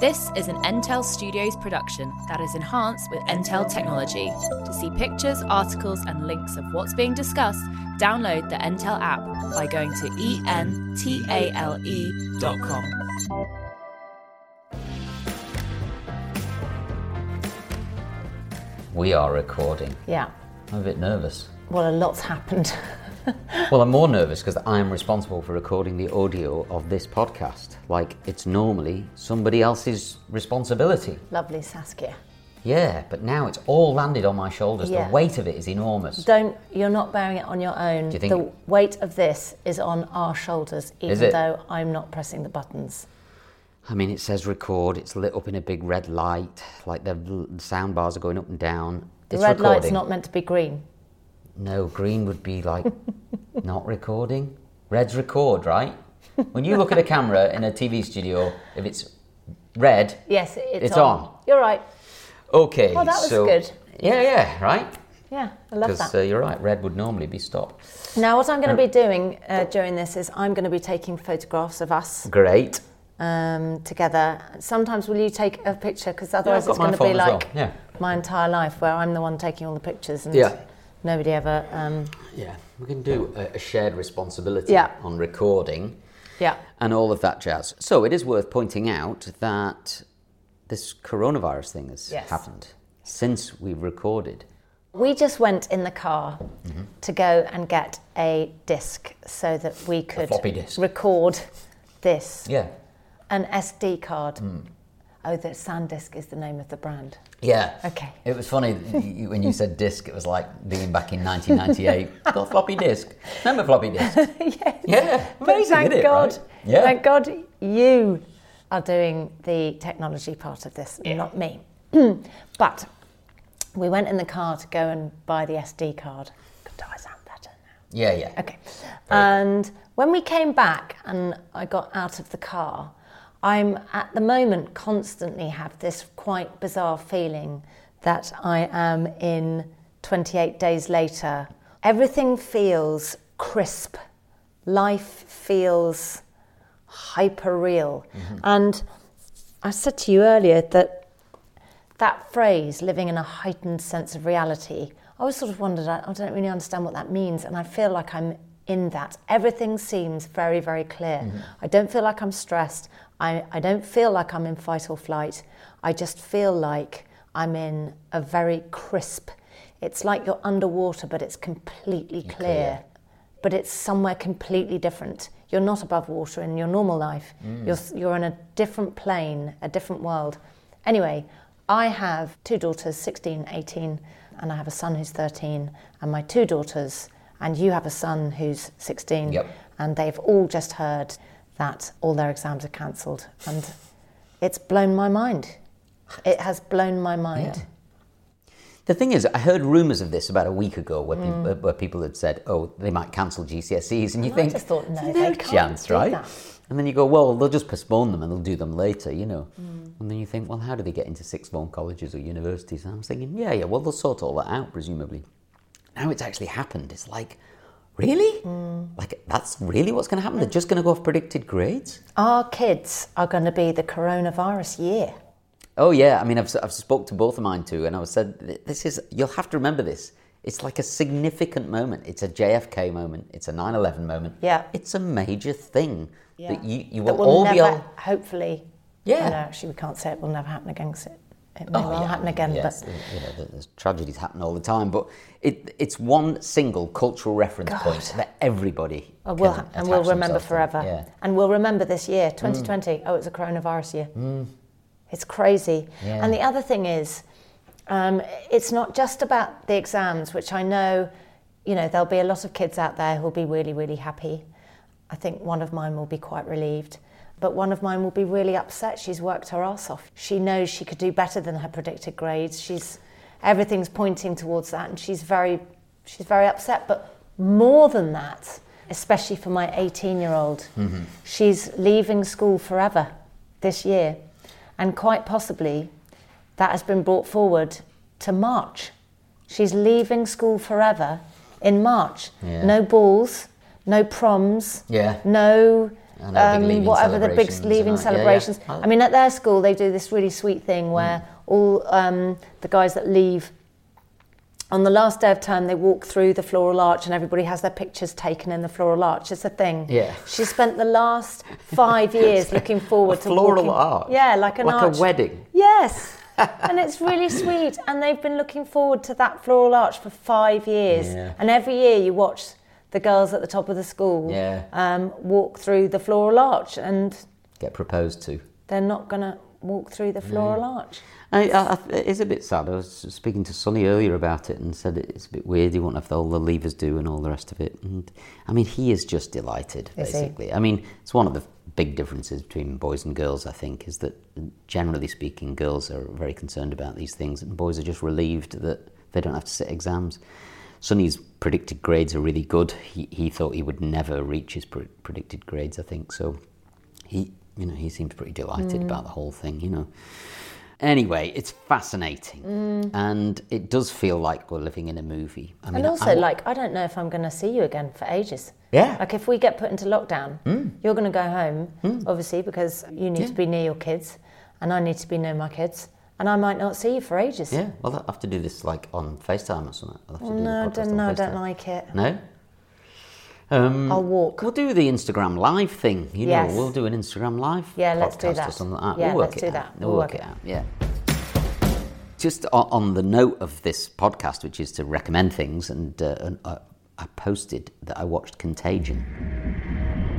This is an Entel Studios production that is enhanced with Entel technology. To see pictures, articles, and links of what's being discussed, download the Entel app by going to E entale.com. We are recording. Yeah. I'm a bit nervous. Well, a lot's happened. Well, I'm more nervous because I'm responsible for recording the audio of this podcast. Like, it's normally somebody else's responsibility. Lovely Saskia. Yeah, but now it's all landed on my shoulders. Yeah. The weight of it is enormous. Don't you're not bearing it on your own. you think- the weight of this is on our shoulders, even it? though I'm not pressing the buttons. I mean, it says record, it's lit up in a big red light, like the l- sound bars are going up and down. The it's red recording. light's not meant to be green. No, green would be like not recording. Red's record, right? When you look at a camera in a TV studio, if it's red, Yes, it's, It's on. You're right. Okay. Well, Oh, that was so, good. Yeah, yeah, right? Yeah, I love Because that. uh, you're right, red would normally be stopped. now, what I'm going to be doing uh, during this is I'm going to be taking photographs of us Great. um, together. Sometimes will you take a picture because otherwise got it's my going to phone be as well, like yeah. my entire life where I'm the one taking all the pictures and Yeah. nobody ever. Um, Yeah, we can do a, a shared responsibility Yeah. on recording yeah. and all of that jazz. So it is worth pointing out that this coronavirus thing has Yes. happened since we've recorded. We just went in the car to go and get a disc so that we could floppy disk. record this. Yeah. Hmm. An SD card. Oh, the SanDisk is the name of the brand. Yeah. Okay. It was funny you- when you said disc, it was like being back in 1998. Got floppy disc. Remember floppy disc? yes. Yeah. Amazing, Thank isn't it, God. right? Yeah. Thank God you are doing the technology part of this, not me. but we went in the car to go and buy the SD card. God, I sound better now. Yeah, yeah. Okay. And when we came back and I got out of the car, I'm at the moment constantly have this quite bizarre feeling that I am in 28 days later. Everything feels crisp. Life feels hyper real. And I said to you earlier that that phrase, living in a heightened sense of reality, I always sort of wondered, I, I don't really understand what that means, and I feel like I'm in that. Everything seems very, very clear. I don't feel like I'm stressed. I, I don't feel like I'm in fight or flight. I just feel like I'm in a very crisp, it's like you're underwater, but it's completely clear. But it's somewhere completely different. You're not above water in your normal life. Mm. You're, you're in a different plane, a different world. Anyway, I have two daughters, 16, 18, and I have a son who's 13, and my two daughters, and you have a son who's 16, Yep. and they've all just heard that all their exams are cancelled. And it's blown my mind. It has blown my mind. Yeah. The thing is, I heard rumours of this about a week ago where, peop where- where people had said, oh, they might cancel GCSEs. And you Mm. I think, just thought, no, "There's they can't chance, do right? that." And then you go, well, they'll just postpone them and they'll do them later, you know. Mm. And then you think, well, how do they get into sixth form colleges or universities? And I was thinking, yeah, yeah, well, they'll sort all that out, presumably. Now it's actually happened. It's like, really? Mm. Like, that's really what's going to happen? They're just going to go off predicted grades? Our kids are going to be the coronavirus year. Oh yeah, I mean, I've I've spoke to both of mine too, and I've said th- this is you'll have to remember this. It's like a significant moment. It's a JFK moment. It's a 9/11 moment. Yeah. it's a major thing that you you That will will all never, be on. hopefully. Yeah. Oh, No, actually, we can't say it will never happen again. 'cause it, it may well happen again, Yes, Uh, but uh, yeah, there- there's tragedies happen all the time, but it it's one single cultural reference point that everybody uh, we'll, can and we'll attach remember themselves to. forever. Yeah. Mm. And we'll remember this year, 2020. Oh, it's a coronavirus year. It's crazy. Yeah. And the other thing is, um, it's not just about the exams, which I know, you know, there'll be a lot of kids out there who'll be really, really happy. I think one of mine will be quite relieved. But one of mine will be really upset. She's worked her ass off. She knows she could do better than her predicted grades. She's everything's pointing towards that and she's very she's very upset. But more than that, especially for my 18 year old, she's leaving school forever this year. And quite possibly that has been brought forward to March. She's leaving school forever in March. Yeah. No balls, no proms, Yeah. no And other big um, leaving whatever the big celebrations and leaving that, yeah, yeah. celebrations. Oh. Mm. I mean, at their school, they do this really sweet thing where all um, the guys that leave on the last day of term, they walk through the floral arch and everybody has their pictures taken in the floral arch. It's a thing. Yeah. She spent the last five years looking forward to floral walking- arch? Yeah, like an Like a arch. wedding? Yes. and it's really sweet. And they've been looking forward to that floral arch for five years. Yeah. And every year you watch the girls at the top of the school Yeah. um, walk through the floral arch and Get proposed to. they're not going to walk through the floral arch. I, I, I- it is a bit sad. I was speaking to Sonny earlier about it and said it's a bit weird. He won't have all the levers do and all the rest of it. And I mean, he is just delighted, Is he? basically. I mean, it's one of the big differences between boys and girls. I think is that generally speaking, girls are very concerned about these things, and boys are just relieved that they don't have to sit exams. Sonny's predicted grades are really good. He he thought he would never reach his pre- predicted grades. I think so. He you know he seems pretty delighted Mm. about the whole thing. You know. Anyway, it's fascinating, and it does feel like we're living in a movie. I Mm. And I- also, I- like, I don't know if I'm going to see you again for ages. Yeah. Hmm. Like, if we get put into lockdown, you're going to go home, obviously, because you need to be near your kids, and I need to be near my kids, and I might not see you for ages. yeah, well, I'll have to do this like on Facetime or something. I'll have to do the No, I podcast don't, on no, I don't FaceTime. like it. No, Um, I'll walk. we'll do the Instagram live thing. You Yes. know, we'll do an Instagram live. Yeah, let's do podcast Or that. something like that. Yeah, we'll work let's it do out. that. We'll, work, it out. Yeah. Just o- on the note of this podcast, which is to recommend things, and, uh, and uh, I posted that I watched Contagion.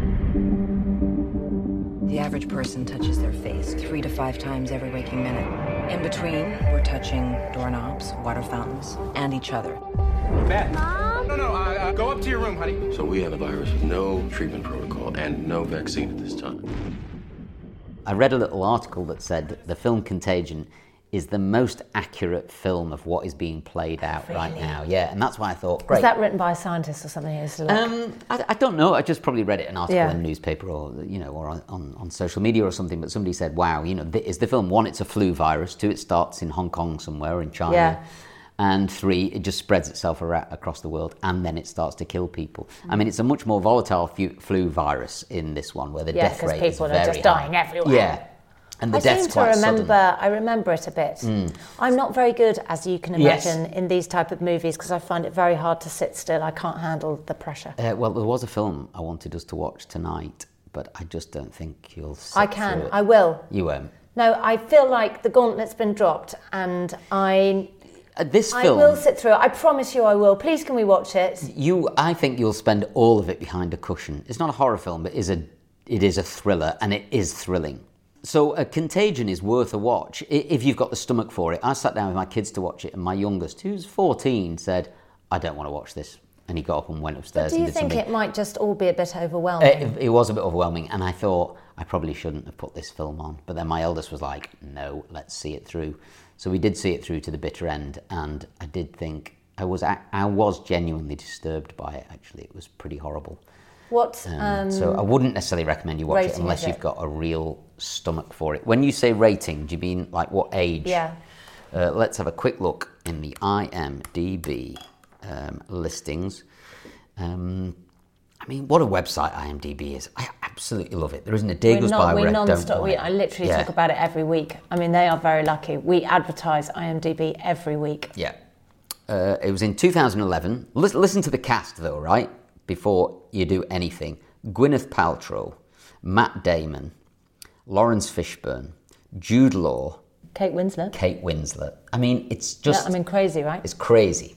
The average person touches their face three to five times every waking minute. In between, we're touching doorknobs, water fountains, and each other. Beth. Mom? No, no, uh, uh, go up to your room, honey. So we have a virus with no treatment protocol and no vaccine at this time. I read a little article that said the film Contagion is the most accurate film of what is being played out right now. Yeah, and that's why I thought, great. Is that written by a scientist or something? It's like- um, I, I don't know. I just probably read it in an article Yeah. in a newspaper or you know, or on, on, on social media or something. But somebody said, "Wow, you know, th- is the film one? It's a flu virus. Two, it starts in Hong Kong somewhere in China." Yeah. And three, it just spreads itself ara- across the world and then it starts to kill people. Mm. I mean, it's a much more volatile fu- flu virus in this one where the Yeah, death 'cause rate is people are very just high. dying everywhere. Yeah. And the I deaths seem to quite sudden. Hmm. remember. I remember it a bit. I'm not very good, as you can Yes. imagine, in these type of movies because I find it very hard to sit still. I can't handle the pressure. Uh, well, there was a film I wanted us to watch tonight, but I just don't think you'll. Sit I can. through it. I will. You won't. No, I feel like the gauntlet's been dropped, and I Uh, this I film, will sit through it. I promise you, I will. Please, can we watch it? you, I think you'll spend all of it behind a cushion. It's not a horror film, but is a, it is a thriller, and it is thrilling. So, uh, Contagion is worth a watch i- if you've got the stomach for it. I sat down with my kids to watch it, and my youngest, who's 14, said, "I don't want to watch this," and he got up and went upstairs. Do and you did think something. it might just all be a bit overwhelming? It, it was a bit overwhelming, and I thought I probably shouldn't have put this film on. But then my eldest was like, "No, let's see it through." So we did see it through to the bitter end, and I did think I was I, I was genuinely disturbed by it. Actually, it was pretty horrible. what? Um, Um, so I wouldn't necessarily recommend you watch it rating unless is you've it? got a real stomach for it. When you say rating, do you mean like what age? yeah. Uh, let's have a quick look in the IMDb um, listings. Um, I mean, what a website IMDb is. I absolutely love it. There isn't a day We're goes not, by we're where I don't non-stop. buy We, it. I literally Yeah. talk about it every week. I mean, they are very lucky. We advertise IMDb every week. Yeah. Uh, it was in 2011. Lis- listen to the cast, though, right? Before you do anything Gwyneth Paltrow, Matt Damon, Lawrence Fishburne, Jude Law, Kate Winslet. Kate Winslet. I mean, it's Yeah, just. I mean, crazy, right? It's crazy.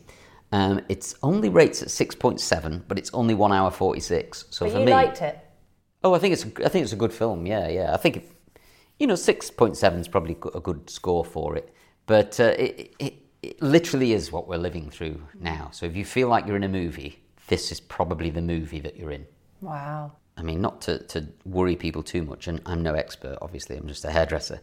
Um, it's only rates at six point seven, but it's only one hour forty six. So But for you me, liked it. oh, I think it's a- I think it's a good film. Yeah, yeah. I think if, you know six point seven is probably go- a good score for it. But uh, it, it it literally is what we're living through now. So if you feel like you're in a movie, this is probably the movie that you're in. Wow. I mean, not to, to worry people too much, and I'm no expert, obviously, I'm just a hairdresser,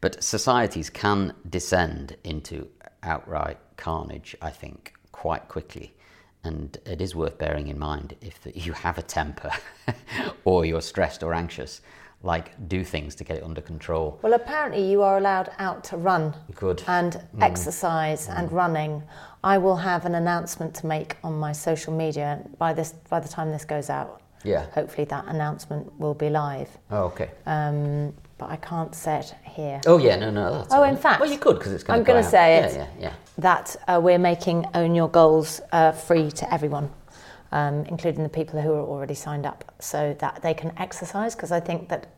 but societies can descend into outright carnage, I think, quite quickly. And it is worth bearing in mind if that you have a temper or you're stressed or anxious, like do things to get it under control. Well, apparently you are allowed out to run Good. Mm. and exercise and running. I will have an announcement to make on my social media by this by the time this goes out. Yeah. Hopefully that announcement will be live, Oh, okay. um, but I can't say it here. oh, yeah, no, no. That's Oh, all in right. fact, Well, you could because it's going I'm gonna say it. Yeah, yeah, yeah. That uh, we're making Own Your Goals uh, free to everyone, um, including the people who are already signed up, so that they can exercise. Because I think that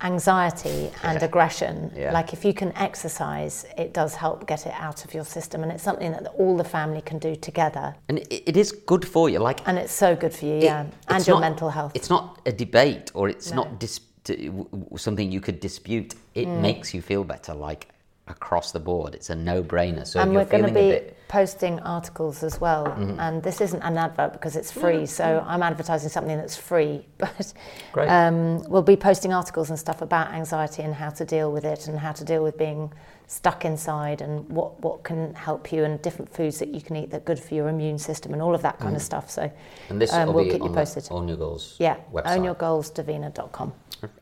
anxiety and aggression, Yeah. like if you can exercise, it does help get it out of your system, and it's something that all the family can do together, And it, it is good for you. Like, and it's so good for you, it- yeah, and it's your not- mental health. It's not a debate or it's not dis- t- w- w- something you could dispute. It Mm. makes you feel better, like across the board. It's a no brainer. So and if you're we're going to feeling Mm-hmm. a be bit. posting articles as well. And this isn't an advert because it's free, Mm-hmm. so I'm advertising something that's free. But Great. um, we'll be posting articles and stuff about anxiety and how to deal with it, and how to deal with being stuck inside, and what what can help you, and different foods that you can eat that are good for your immune system, and all of that kind of stuff. So Mm. And this um, will we'll be keep you on, the- posted. on your goals yeah, website. ownyourgoalsdavina.com.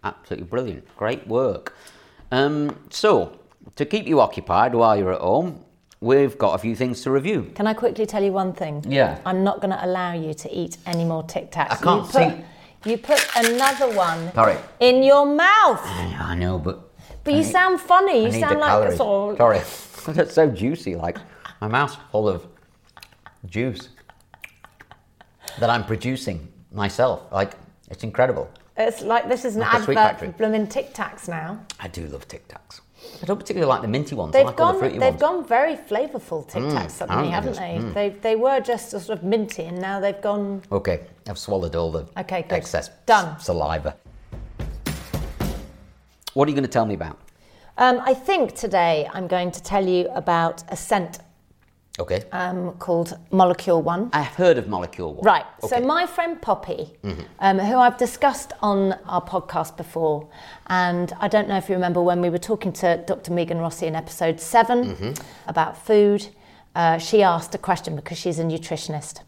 Absolutely brilliant. Great work. Um, so, to keep you occupied while you're at home, we've got a few things to review. Can I quickly tell you one thing? Yeah. I'm not going to allow you to eat any more Tic Tacs. I can't you see. Put, you put another one Sorry. in your mouth. I know, I know but. But you I need- sound funny. You I need sound the like calories. sort of- Sorry. That's so juicy. Like, my mouth's full of juice that I'm producing myself. Like, it's incredible. It's like this is an Like a sweet advert for factory. blooming Tic Tacs now. I do love Tic Tacs. I don't particularly like the minty ones. I They've like all gone. the fruity They've ones. Mm, gone very flavourful Tic Tacs suddenly, apparently Mm. haven't it's- they? They they were just sort of minty, and now they've gone. Okay, I've swallowed all the Okay, good. excess Done. saliva. What are you going to tell me about? Um, I think today I'm going to tell you about a scent Okay. um, called Molecule One. I've heard of Molecule One. Right. Okay. Mm-hmm. So my friend Poppy, um, who I've discussed on our podcast before, and I don't know if you remember when we were talking to Dr. Megan Rossi in episode 7 Mm-hmm. about food, uh, she asked a question because she's a nutritionist.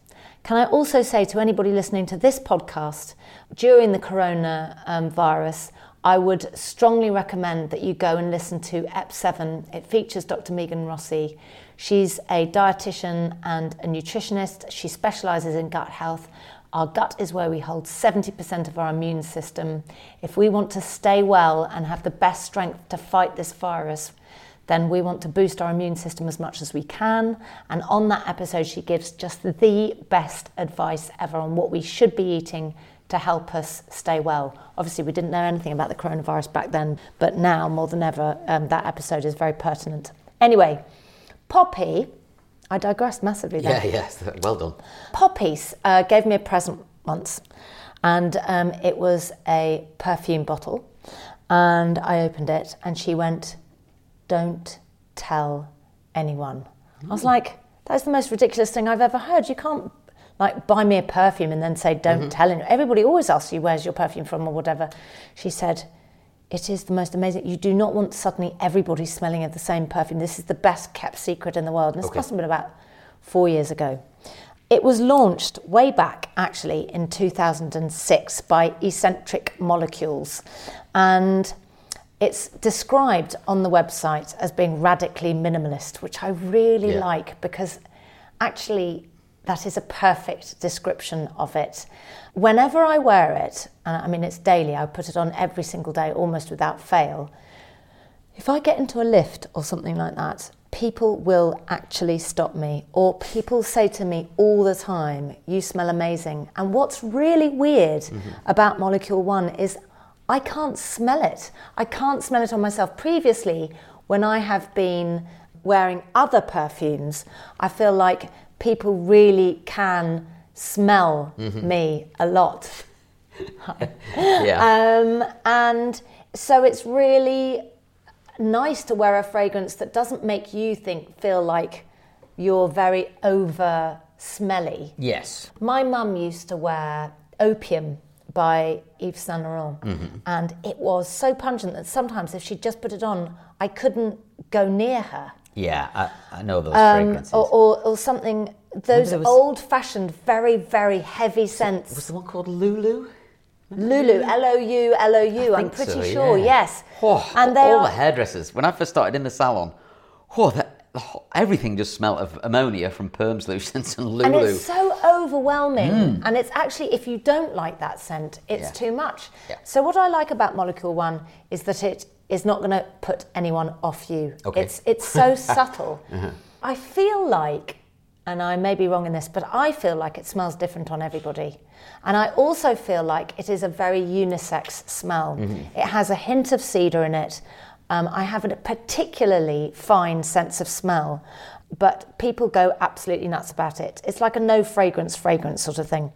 Can I also say to anybody listening to this podcast during the corona um, virus? I would strongly recommend that you go and listen to EP 7. It features Dr. Megan Rossi. She's a dietitian and a nutritionist. She specializes in gut health. Our gut is where we hold 70% of our immune system. If we want to stay well and have the best strength to fight this virus, then we want to boost our immune system as much as we can. And on that episode, she gives just the best advice ever on what we should be eating to help us stay well. Obviously, we didn't know anything about the coronavirus back then, but now more than ever, um, that episode is very pertinent. Anyway, Poppy, I digressed massively there. Yeah, yes. Well done. Poppy uh, gave me a present once, and um, it was a perfume bottle. And I opened it, and she went, Don't tell anyone. I was like, That's the most ridiculous thing I've ever heard. You can't. Like, buy me a perfume and then say, don't tell anyone. Everybody always asks you, where's your perfume from or whatever. She said, it is the most amazing. You do not want suddenly everybody smelling of the same perfume. This is the best kept secret in the world. And this must have been about four years ago. It was launched way back, actually, in 2006 by Eccentric Molecules. And it's described on the website as being radically minimalist, which I really Yeah. like because actually that is a perfect description of it. Whenever I wear it, and I mean it's daily, I put it on every single day almost without fail. If I get into a lift or something like that, people will actually stop me, or people say to me all the time, You smell amazing. And what's really weird about Molecule One is I can't smell it. I can't smell it on myself. Previously, when I have been wearing other perfumes, I feel like people really can smell me a lot. Yeah. Um, and so it's really nice to wear a fragrance that doesn't make you think feel like you're very over smelly. yes. My mum used to wear opium by Yves Saint Laurent, Mm-hmm. and it was so pungent that sometimes if she just put it on, I couldn't go near her. Yeah, I, I know those fragrances. um, Or, or, or something, those there was- old fashioned, very, very heavy scents. was the one called Lulu? Lulu, L O U L O U. I'm think pretty so, sure. yeah. Yes. Oh, and they all are. the hairdressers. When I first started in the salon, oh, that, oh, everything just smelled of ammonia from perm solutions and Lulu. Mm. and it's so overwhelming. And it's actually, if you don't like that scent, it's Yeah. too much. Yeah. So, what I like about Molecule One is that it is not going to put anyone off you. Okay. Uh-huh. It's, it's so subtle. I feel like, and I may be wrong in this, but I feel like it smells different on everybody. And I also feel like it is a very unisex smell. Mm-hmm. It has a hint of cedar in it. Um, I have a particularly fine sense of smell, but people go absolutely nuts about it. It's like a no fragrance fragrance sort of thing.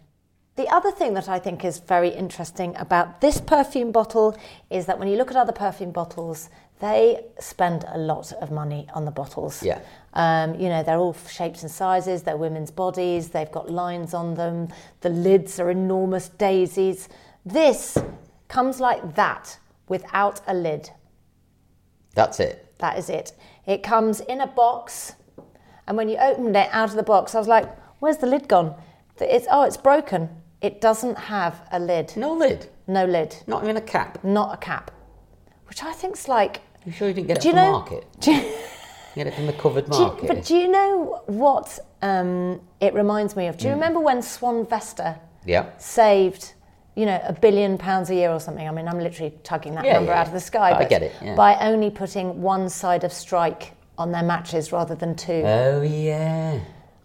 The other thing that I think is very interesting about this perfume bottle is that when you look at other perfume bottles, they spend a lot of money on the bottles. Yeah. Um, you know, they're all shapes and sizes, they're women's bodies, they've got lines on them, the lids are enormous daisies. This comes like that without a lid. That's it. That is it. It comes in a box, and when you opened it out of the box, I was like, "Where's the lid gone?" Th- It's oh, it's broken. It doesn't have a lid. No lid. No lid. Not even a cap. Not a cap. Which I think's like. You sure you didn't get it Do you from know- the market? Do you- Get it from the covered Do you- market. but do you know what um, it reminds me of? Hmm. Do you remember when Swan Vesta yeah. saved, you know, a billion pounds a year or something? I mean, I'm literally tugging that Yeah, number yeah, out of the sky. I but get it, yeah. By only putting one side of strike on their matches rather than two. Oh yeah.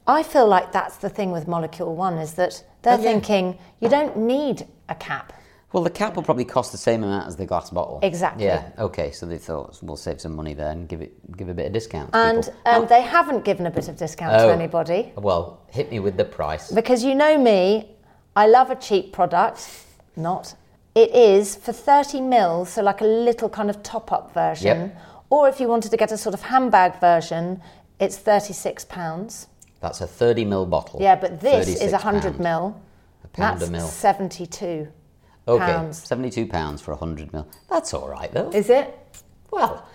I feel like that's the thing with Molecule One is that they're Oh, yeah. thinking you don't need a cap. Well, the cap will probably cost the same amount as the glass bottle. Exactly. Yeah. Okay. So they thought we'll save some money there and give it give a bit of discount. to And people. um, they haven't given a bit of discount Oh. to anybody well, hit me with the price. because you know me, I love a cheap product. Not. It is for 30 mils, so like a little kind of top up version. Yep. Or if you wanted to get a sort of handbag version, it's £36. That's a thirty mil bottle. Yeah, but this is 36 100 pound. mil. A pound that's a mil. 72 Okay, pounds. seventy-two pounds for hundred mil. That's all right though. Is it? well,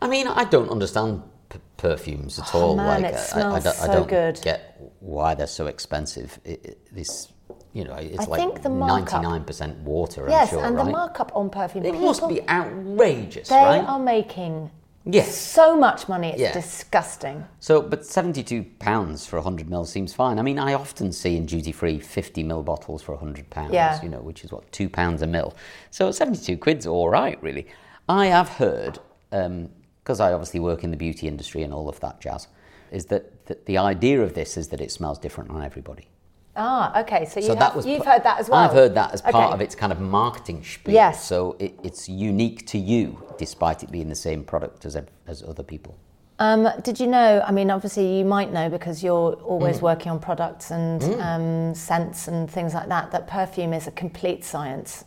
I mean, I don't understand p- perfumes at all. Oh, man, like, it I- smells I, I, don't, so I don't good. get why they're so expensive. It, it, this, you know, it's I like think the markup- ninety-nine percent water. I'm Yes, sure, and right? the markup on perfume. It people, must be outrageous, They right? are making yes. so much money. It's Yeah. disgusting. So, but seventy-two pounds for hundred mil seems fine. I mean, I often see in duty-free fifty mil bottles for hundred pounds. Yeah. You know, which is what two pounds a mil. So seventy-two quid's all right, really. I have heard because I obviously work in the beauty industry and all of that jazz. Is that that the idea of this is that it smells different on everybody? Ah, okay. So, you So have, that was you've pa- heard that as well. I've heard that as part Okay. of its kind of marketing spiel. Yes. So it, it's unique to you, despite it being the same product as ev- as other people. Um, did you know? I mean, obviously, you might know because you're always Mm. working on products and um, scents and things like that. That perfume is a complete science.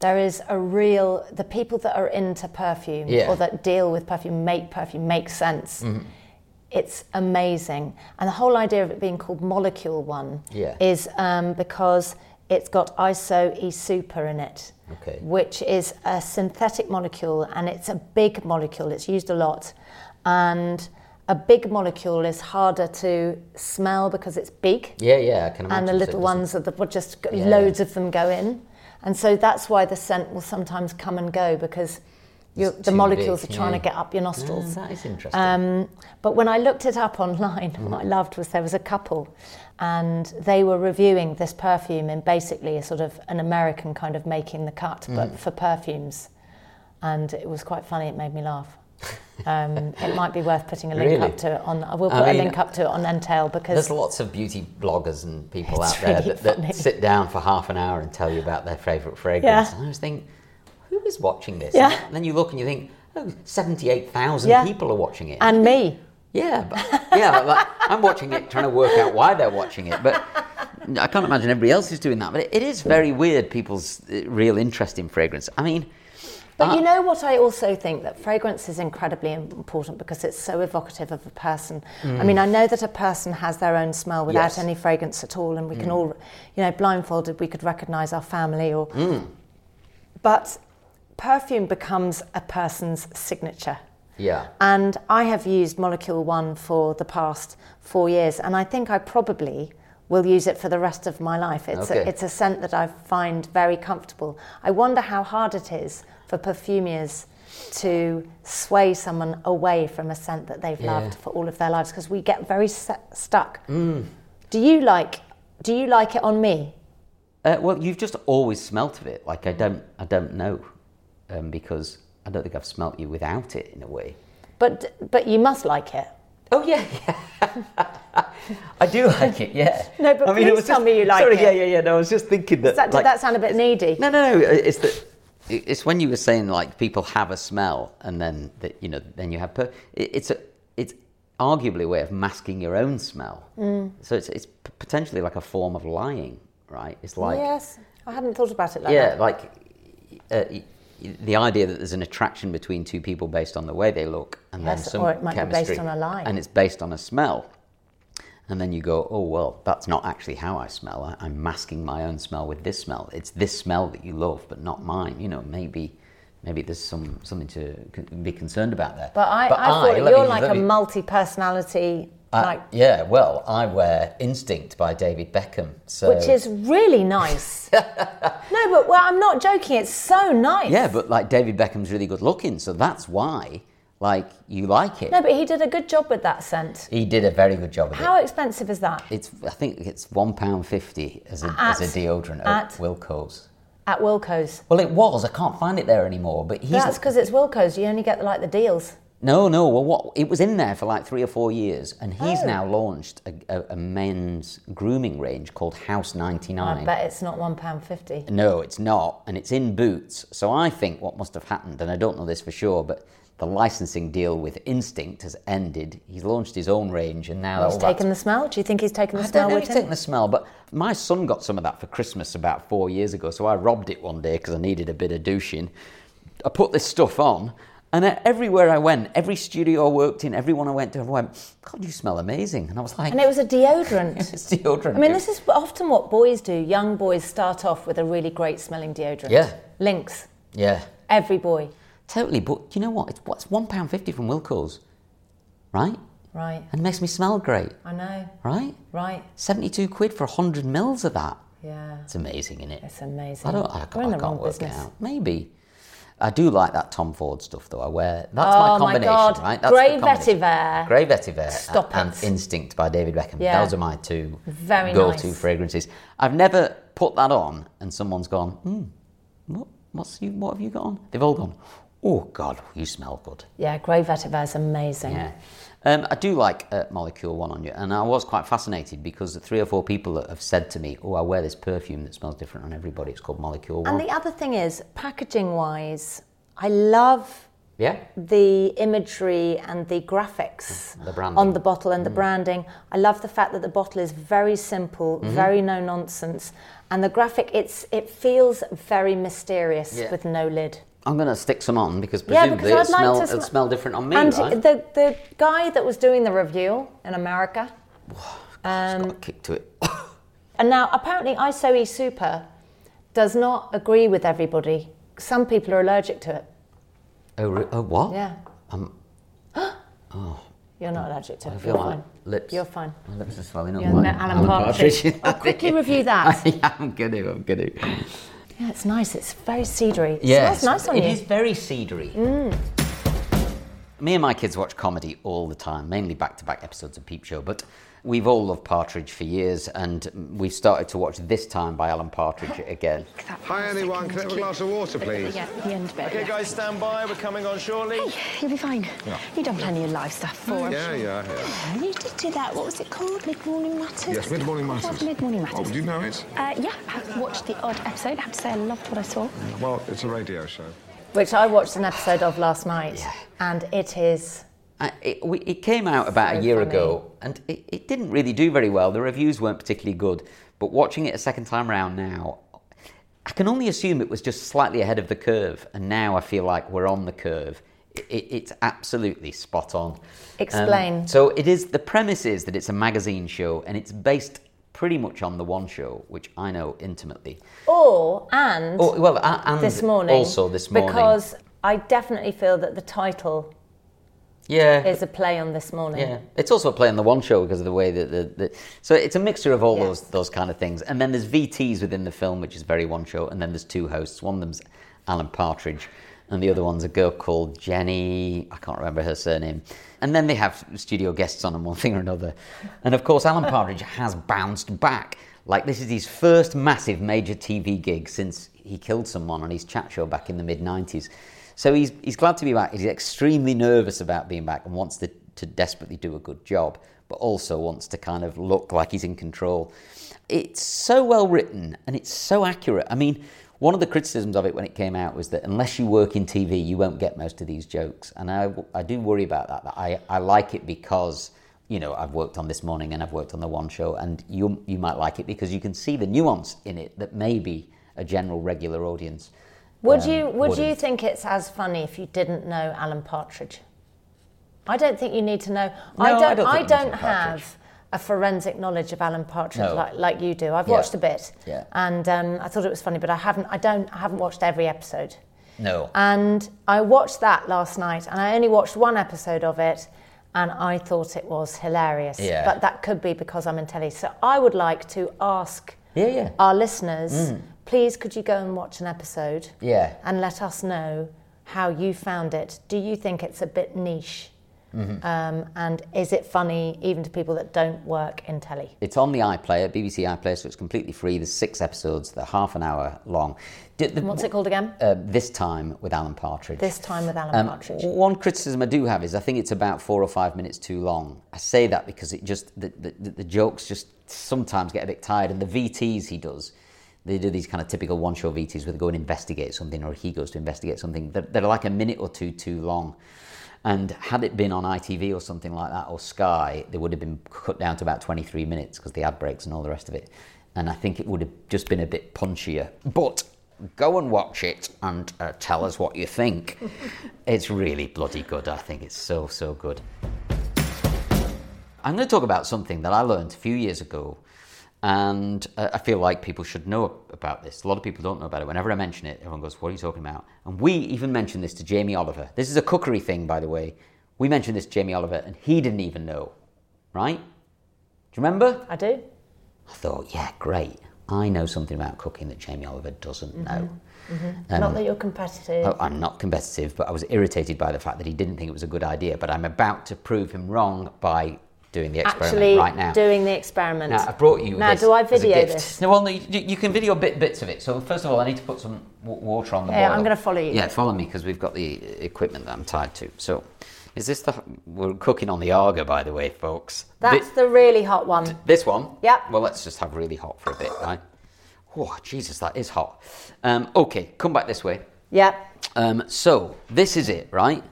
There is a real the people that are into perfume Yeah. Mm-hmm. or that deal with perfume make perfume make sense. It's amazing, and the whole idea of it being called Molecule One Yeah. is um, because it's got iso e super in it Okay. which is a synthetic molecule and it's a big molecule, it's used a lot. And a big molecule is harder to smell because it's big, Yeah, yeah, I can imagine. and the so it little doesn't- ones are the, well, just g- loads of them go in. And so that's why the scent will sometimes come and go because you're, the too molecules big, are trying yeah. to get up your Oh, nostrils. that is interesting. Um, But when I looked it up online, what I loved was there was a couple and they were reviewing this perfume in basically a sort of an American kind of making the cut, Mm. but for perfumes. And it was quite funny, it made me laugh. Um, it might be worth putting a link Really? up to it on, I will I put mean, a link up to it on Entail because There's lots of beauty bloggers and people It's out there really that, that funny. sit down for half an hour and tell you about their favourite fragrance. Yeah. And I was thinking, who is watching this? Yeah. And then you look and you think, oh, 78,000 Yeah. people are watching it. and me. Yeah, but, yeah, but, but I'm watching it, trying to work out why they're watching it. But I can't imagine everybody else is doing that. But it, it is very weird people's uh, real interest in fragrance. I mean, But you know what I also think that fragrance is incredibly important because it's so evocative of a person. I mean, I know that a person has their own smell without Yes. any fragrance at all, and we can all, you know, blindfolded, we could recognise our family or. But perfume becomes a person's signature. yeah, And I have used Molecule One for the past four years, and I think I probably will use it for the rest of my life. It's, Okay. a, it's a scent that I find very comfortable. I wonder how hard it is for perfumiers to sway someone away from a scent that they've loved for all of their lives because we get very se- stuck. Mm. Do you like? Do you like it on me? Uh, well, you've just always smelt of it. Mm. Like I don't, I don't know, um, because I don't think I've smelt you without it in a way. But but you must like it. Oh yeah, yeah. I do like it. Yeah. No, but I mean, it please was tell just- me you like sorry, it. yeah, yeah, yeah. No, I was just thinking that. Does that, like- did that sound a bit needy? No, no, no. It's that. It's when you were saying like people have a smell, and then that you know, then you have. Per- it- it's a. It's arguably a way of masking your own smell. Mm. So it's it's p- potentially like a form of lying, right? It's like yes, I hadn't thought about it like yeah, that. like uh, y- y- the idea that there's an attraction between two people based on the way they look, and Yes, then some or it might be based chemistry, on a lie. and it's based on a smell. And then you go, oh well, that's not actually how I smell. I, I'm masking my own smell with this smell. It's this smell that you love, but not mine. You know, maybe, maybe there's some something to con- be concerned about there. But I, I thought let me- you're like let a me- multi-personality, I- like yeah. Well, I wear Instinct by David Beckham, so which is really nice. no, but well, I'm not joking. It's so nice. Yeah, but like David Beckham's really good looking, so that's why like you like it. no, but he did a good job with that scent. he did a very good job of How it. expensive is that It's I think it's one pound fifty as a At- as a deodorant at at- Wilco's. at Wilco's? Well, it was. I can't find it there anymore. But he's That's because it's Wilco's. You only get like the deals. no, no. Well, what it was in there for like three or four years, and he's Oh. now launched a, a, a men's grooming range called House Ninety I Nine. bet it's not one pound fifty. No, it's not, and it's in Boots. So I think what must have happened, and I don't know this for sure, but the licensing deal with Instinct has ended. He's launched his own range, and now He's all taken Oh, the that's- smell. Do you think he's taken the I smell don't know with if he's taken him? the smell, but my son got some of that for Christmas about four years ago. So I robbed it one day because I needed a bit of douching. I put this stuff on, and uh, everywhere I went, every studio I worked in, everyone I went to, everyone went, "God, you smell amazing!" And I was like, And it was a deodorant. "It's deodorant." I mean, this is often what boys do. Young boys start off with a really great smelling deodorant. Yeah. Lynx. yeah. Every boy. Totally, but do you know what? It's what's one pound fifty from Wilco's, right? Right. And makes me smell great, I know. right? Right. Seventy-two quid for hundred mils of that. Yeah. It's amazing, isn't it? It's amazing. I don't. I, ca- We're I in the wrong can't work business. it out. Maybe. I do like that Tom Ford stuff though. I wear that's my Oh, my combination, God. right? Grey the combination. vetiver. Grey vetiver. Stop and it. Instinct by David Beckham. Yeah. Those are my two Very go-to nice. fragrances. I've never put that on and someone's gone, hmm, what, what's you, what have you got on? They've all gone, oh God, you smell good. Yeah, Grey Vetiver is amazing. Yeah. Um, I do like uh, Molecule 1 on you, and I was quite fascinated because the three or four people that have said to me, Oh, I wear this perfume that smells different on everybody. It's called Molecule 1. And the other thing is, packaging wise, I love yeah? the imagery and the graphics The branding. Mm. on the bottle and the branding. I love the fact that the bottle is very simple, Mm-hmm. very no nonsense. And the graphic, it's it feels very mysterious Yeah. with no lid. I'm going to stick some on because Yeah, presumably because I'd it, like smell, to it'll sm- smell different on me, and right? the, the guy that was doing the review in America, um, it's got a kick to it. And now, apparently, ISO E Super does not agree with everybody. Some people are allergic to it. oh, re- oh, what? Yeah. You're not allergic to it. Um, oh. feel You're my fine. lips- You're fine. My lips are swelling up. You're like no Alan Partridge. I'll quickly review that. I am going to, I'm going to. Yeah, it's nice. It's very cedary. Yeah, It smells nice on you. It is very cedary. Me and my kids watch comedy all the time, mainly back to back episodes of Peep Show, but we've all loved Partridge for years, and we've started to watch This Time by Alan Partridge again. Hi, anyone. Can I have a glass of water, please? Yeah, the end bit. Okay, guys, stand by. We're coming on shortly. You'll be fine. You've done plenty of live stuff for us. Yeah, yeah, yeah. You did do that. What was it called? Mid Morning Matters? Yes, Mid Morning Matters. What was Mid Morning Oh, Matters? do you know it? uh, yeah, I watched the odd episode. I have to say, I loved what I saw. Well, it's a radio show. Which I watched an episode of last night, and it is I, it, we, it came out about a year ago and it, it didn't really do very well. The reviews weren't particularly good, but watching it a second time round now, I can only assume it was just slightly ahead of the curve, and now I feel like we're on the curve. It, it, it's absolutely spot on. Um, Explain. so it is the premise is that it's a magazine show, and it's based pretty much on the one show which I know intimately. Or, and Oh, well, a- and this morning. also this morning Because I definitely feel that the title yeah, is a play on this morning. Yeah, it's also playing the one show because of the way that the, the so it's a mixture of all Yes. those those kind of things. And then there's VTs within the film, which is very one show. And then there's two hosts. One of them's Alan Partridge, and the other one's a girl called Jenny. I can't remember her surname. And then they have studio guests on and one thing or another. And of course, Alan Partridge has bounced back. Like this is his first massive major TV gig since he killed someone on his chat show back in the mid '90s. So he's, he's glad to be back. He's extremely nervous about being back and wants to, to desperately do a good job, but also wants to kind of look like he's in control. It's so well written and it's so accurate. I mean, one of the criticisms of it when it came out was that unless you work in TV, you won't get most of these jokes. And I, I do worry about that. that I, I like it because, you know, I've worked on This Morning and I've worked on The One Show, and you, you might like it because you can see the nuance in it that maybe a general regular audience. Would you would you wouldn't. think it's as funny if you didn't know Alan Partridge? I don't think you need to know. I No, I don't. don't I think you need to don't know have Partridge. a forensic knowledge of Alan Partridge No. like, like you do. I've Yeah. watched a bit, Yeah. and um, I thought it was funny, but I haven't. I don't. I haven't watched every episode. No. And I watched that last night, and I only watched one episode of it, and I thought it was hilarious. Yeah. But that could be because I'm in telly. So I would like to ask yeah, yeah. Mm. our listeners, please could you go and watch an episode? Yeah. And let us know how you found it. Do you think it's a bit niche? Mm-hmm. Um, and is it funny even to people that don't work in telly? It's on the iPlayer, BBC iPlayer, so it's completely free. There's six episodes, they're half an hour long. Did the, What's it called again? Uh, this time with Alan Partridge. This time with Alan Um, Partridge. w- One criticism I do have is I think it's about four or five minutes too long. I say that because it just the, the, the jokes just sometimes get a bit tired, and the VTs he does, they do these kind of typical one-show VTs where they go and investigate something, or he goes to investigate something. They're, they're like a minute or two too long. And had it been on ITV or something like that, or Sky, they would have been cut down to about 23 minutes because the ad breaks and all the rest of it. And I think it would have just been a bit punchier. But go and watch it and uh, tell us what you think. it's really bloody good. I think it's so, so good. I'm going to talk about something that I learned a few years ago, and uh, I feel like people should know about this. A lot of people don't know about it. Whenever I mention it, everyone goes, What are you talking about? And we even mentioned this to Jamie Oliver. This is a cookery thing, by the way. We mentioned this to Jamie Oliver, and he didn't even know, right? Do you remember? I do. I thought, yeah, great. I know something about cooking that Jamie Oliver doesn't know. Mm-hmm. Not that you're competitive. I- I'm not competitive, but I was irritated by the fact that he didn't think it was a good idea. But I'm about to prove him wrong by doing the experiment Actually, right now. doing the experiment. now, I brought you Now, this do I as a video gift. this? No, well, no, you, you can video bit, bits of it. So, first of all, I need to put some w- water on the Yeah, boil. I'm gonna follow you. Yeah, follow me because we've got the equipment that I'm tied to. So, is this the. We're cooking on the Arga, by the way, folks. That's Thi- the really hot one. this one? Yep. Well, let's just have really hot for a bit, right? Oh, Jesus, that is hot. Um, okay, come back this way. Yep. Um, so this is it, right?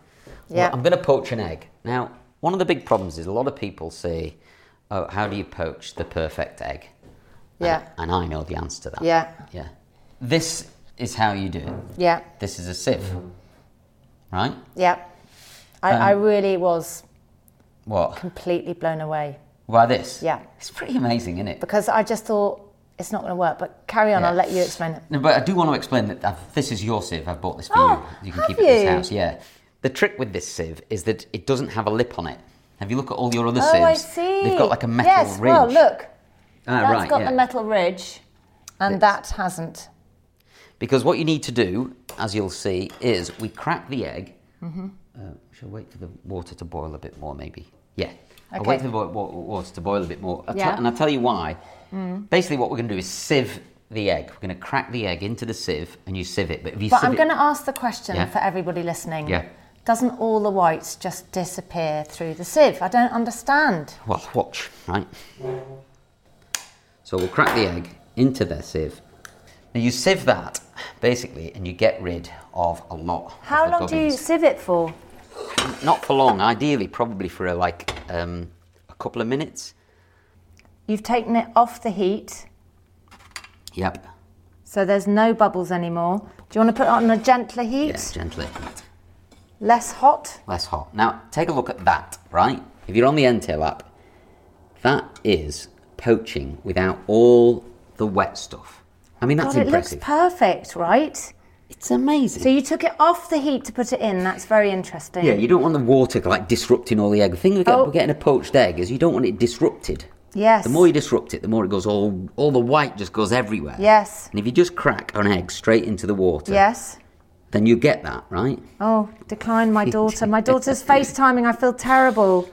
Yeah. I'm going to poach an egg. Now, one of the big problems is a lot of people say, "Oh, how do you poach the perfect egg?" And- Yeah. And, I know the answer to that. Yeah. Yeah. This is how you do it. Yeah. This is a sieve, right? Yeah. I, I Um, really was What? completely blown away Why this? Yeah. It's pretty amazing, isn't it? because I just thought it's not going to work. But carry on, Yeah. I'll let you explain it. No, but I do want to explain that I've, this is your sieve. I've bought this for Oh, you. You can have keep it at you? this house. Yeah. The trick with this sieve is that it doesn't have a lip on it. Have you look at all your other Oh, sieves? I see. They've got like a metal yes, ridge. Well, look, Ah, that's right, got yeah. the metal ridge, and that hasn't. Because what you need to do, as you'll see, is we crack the egg. Mm-hmm. Uh, shall wait for the water to boil a bit more, maybe. Yeah. I'll Okay. wait for the boi- wa- water to boil a bit more. I'll te- Yeah. Mm. and I'll tell you why. Basically, what we're going to do is sieve the egg. We're going to crack the egg into the sieve and you sieve it. But if you But sieve I'm it- going to ask the question Yeah. for everybody listening. Yeah. Doesn't all the whites just disappear through the sieve? I don't understand. Well, watch, right? So we'll crack the egg into the sieve. Now you sieve that, basically, and you get rid of a lot How of the long do you gubbins. sieve it for? Not for long, ideally, probably for uh, like um, a couple of minutes. You've taken it off the heat, Yep. so there's no bubbles anymore. Do you want to put it on a gentler heat? Yeah, gently. Less hot? Less hot. Now, take a look at that, right? If you're on the Entail app, that is poaching without all the wet stuff. I mean, that's God, it looks impressive. perfect, right? it's amazing. So you took it off the heat to put it in. That's very interesting. yeah, you don't want the water like disrupting all the egg. The thing with get- Oh. getting a poached egg is you don't want it disrupted. Yes. The more you disrupt it, the more it goes all all the white just goes everywhere. Yes. And if you just crack an egg straight into the water, Yes. then you get that, right? Oh, decline my daughter. My daughter's FaceTiming. I feel terrible.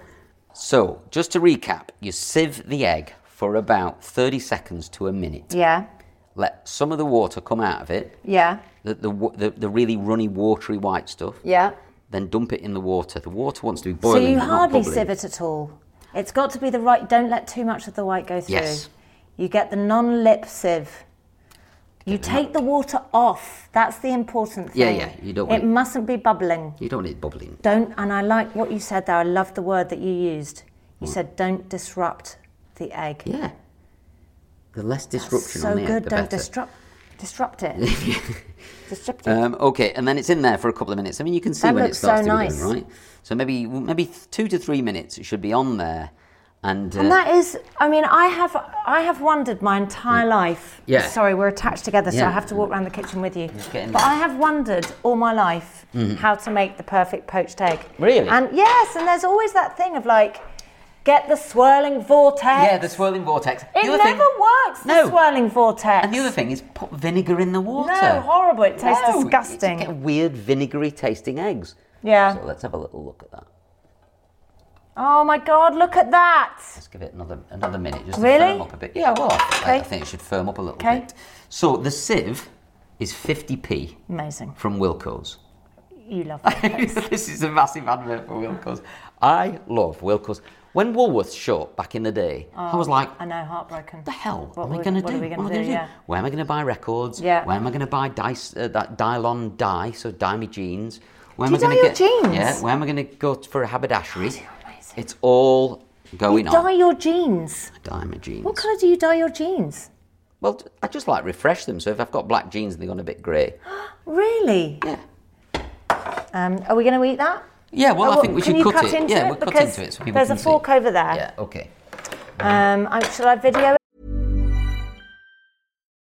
So, just to recap, you sieve the egg for about 30 seconds to a minute. Yeah. Let some of the water come out of it, Yeah. the, the, wa- the, the really runny, watery white stuff. Yeah. Then dump it in the water. The water wants to be So boiling. you but not hardly bubbling. sieve it at all. It's got to be the right. Don't let too much of the white go through. Yes. You get the non-lip sieve. You take the water off. That's the important thing. Yeah, yeah, you don't want It it- mustn't be bubbling. You don't need it bubbling. Don't. And I like what you said there. I love the word that you used. You said don't disrupt the egg. Hmm. Yeah. The less disruption so on the good. egg, the don't better. disrupt. Disrupt it. disrupt it. Um, okay, and then it's in there for a couple of minutes. I mean, you can see That when it looks starts so to nice. be done, right? So maybe maybe two to three minutes it should be on there, and, uh, And that is, I mean, I have, I have wondered my entire life. Mm. Yeah. Sorry, we're attached together, so Yeah. I have to walk around the kitchen with you. get in But there. Mm. I have wondered all my life how to make the perfect poached egg. Really? And yes, and there's always that thing of like, get the swirling vortex. uh, yeah, the swirling vortex. It the other never thing, works. The No. swirling vortex. And the other thing is put vinegar in the water. No, horrible. It tastes No, disgusting. You just get weird vinegary tasting eggs. Yeah. So let's have a little look at that. Oh my God! Look at that. Let's give it another another minute just Really? to firm up a bit. Yeah, well, I, I Okay. think it should firm up a little Okay. bit. So the sieve is 50p Amazing. from Wilco's. You love it. this is a massive advert for Wilco's. I love Wilco's. When Woolworths shut back in the day, I was like, Oh, I know, heartbroken. the hell What am I we- going to do? what are we gonna What am I gonna do, yeah. Where am I going to buy records? Yeah. Where am I going to buy dice, uh, that Dylon dye, so dye me jeans? Where am Do I you going dye to your get? jeans? Yeah. Where am I going to go t- for a haberdashery? It's all going You on. dye your jeans. dye my jeans. What colour do you dye your jeans? Well, t- I just like refresh them. So if I've got black jeans and they've gone a bit grey, Really? yeah. Um, are we going to eat that? Yeah, well, Oh, I think we can should you cut, cut it. into yeah, it? we'll cut Because into it so people there's can a fork see. over there. Yeah, okay. Um, I, shall I video it?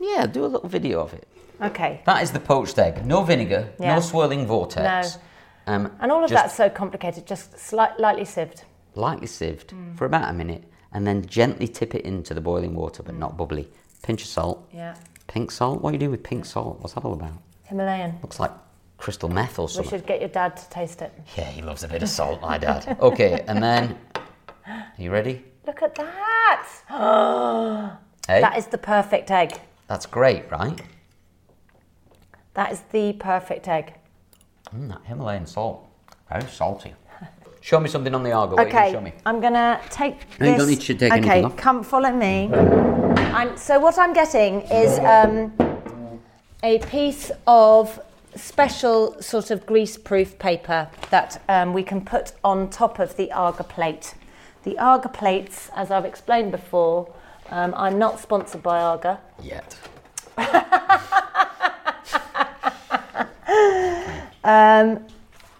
Yeah, do a little video of it. Okay. That is the poached egg. No vinegar, Yeah. no swirling vortex. No. Um, And all of just that's so complicated, just slight, lightly sieved. lightly sieved Mm. for about a minute and then gently tip it into the boiling water, but not bubbly. Pinch of salt. Yeah. Pink salt? What do you do with pink salt? What's that all about? Himalayan. Looks like crystal meth or We something. should get your dad to taste it. Yeah, he loves a bit of salt, my dad. Okay, and then. Are you ready? Look at that. Hey? that is the perfect egg. That's great, right? That is the perfect egg. Mm, that Himalayan salt. Very salty. Show me something on the Argo. What are you gonna Okay, show me? I'm gonna take No, this. you don't need to take okay, anything off. come follow me. I'm, so what I'm getting is um, a piece of special sort of grease-proof paper that um, we can put on top of the Arga plate. The Arga plates, as I've explained before, um, I'm not sponsored by Arga. Yet. Um,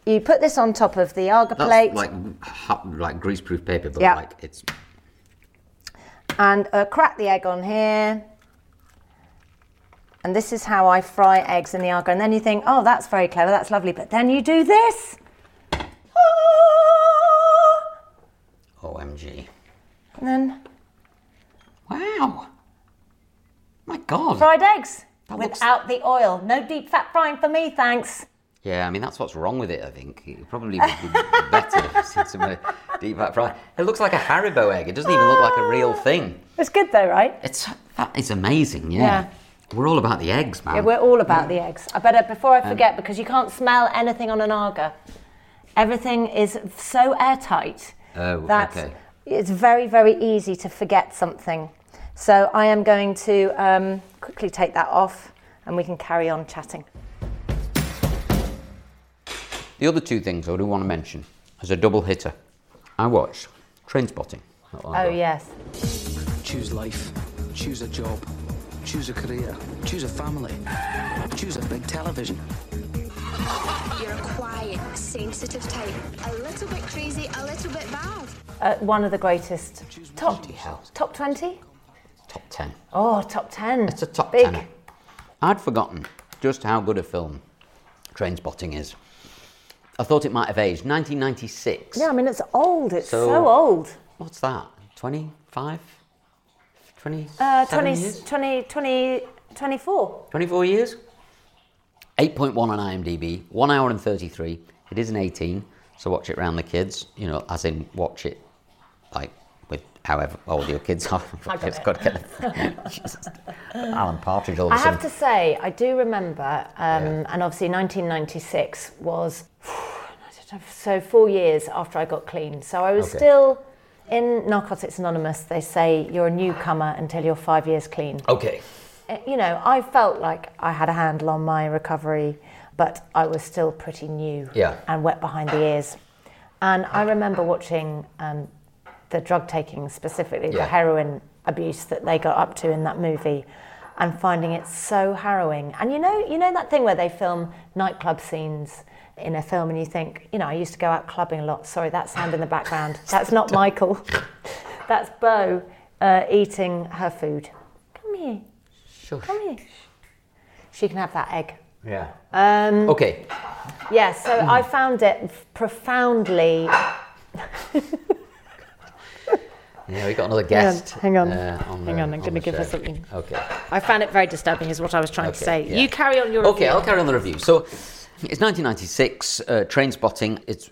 you put this on top of the Arga That's plate like ha- like greaseproof paper, but Yeah. like it's and uh, crack the egg on here. And this is how I fry eggs in the Arga. And then you think, oh, that's very clever, that's lovely. But then you do this. Ah! OMG. And then Wow. My God. fried eggs That looks- without the oil. No deep fat frying for me, thanks. Yeah, I mean that's what's wrong with it. I think it probably would be better since I'm a deep fat fry. It looks like a Haribo egg. It doesn't even look like a real Ah. thing. It's good though, right? It's that is amazing. Yeah. Yeah. We're all about the eggs, man. Yeah, we're all about the eggs. I better, before Um, I forget, because you can't smell anything on an Arga. Everything is so airtight. Oh, okay. It's very, very easy to forget something. So I am going to um, quickly take that off and we can carry on chatting. The other two things I do want to mention as a double hitter, I watched Train Spotting. Oh, yes. Choose life. Choose a job. Choose a career. Choose a family. Choose a big television. You're a quiet, sensitive type. A little bit crazy, a little bit bad. Uh, one of the greatest. Top, top 20? Top ten. Oh, top 10. It's a top Big. tenner. I'd forgotten just how good a film Train Spotting is. I thought it might have aged. 1996. Yeah, I mean, it's old. It's so, So- old. What's that? 25? 20? Uh, 20, 20, 20, 20, 24. 24 years? 8.1 on IMDb, 1 hour and 33. It is an 18, so watch it round the kids, you know, as in watch it like with however old your kids are. I got It's it. got to get the- Jesus. Alan Partridge all of I a sudden. have to say, I do remember, um, and obviously 1996 was so four years after I got clean. So I was Okay. still in Narcotics Anonymous. They say you're a newcomer until you're five years clean. Okay. Uh, You know, I felt like I had a handle on my recovery, but I was still pretty new Yeah. and wet behind the ears. And I remember watching um, the drug taking, specifically the Yeah. heroin abuse that they got up to in that movie, and finding it so harrowing. And you know, you know that thing where they film nightclub scenes in a film, and you think, you know, I used to go out clubbing a lot. Sorry, that sound in the background. That's not Michael. That's Bo uh, eating her food. Come here. Sure. Come here. She can have that egg. Yeah. Um, Okay. yeah, so Mm. I found it profoundly. Yeah, we got another Hang on, guest. hang on. uh, on Hang the- on, I'm gonna the give her show. something. Okay. I found it very disturbing, is what I was trying to say. Okay, yeah. You carry on your. Okay, review. I'll carry on the review. So it's 1996, uh, Train Spotting. It's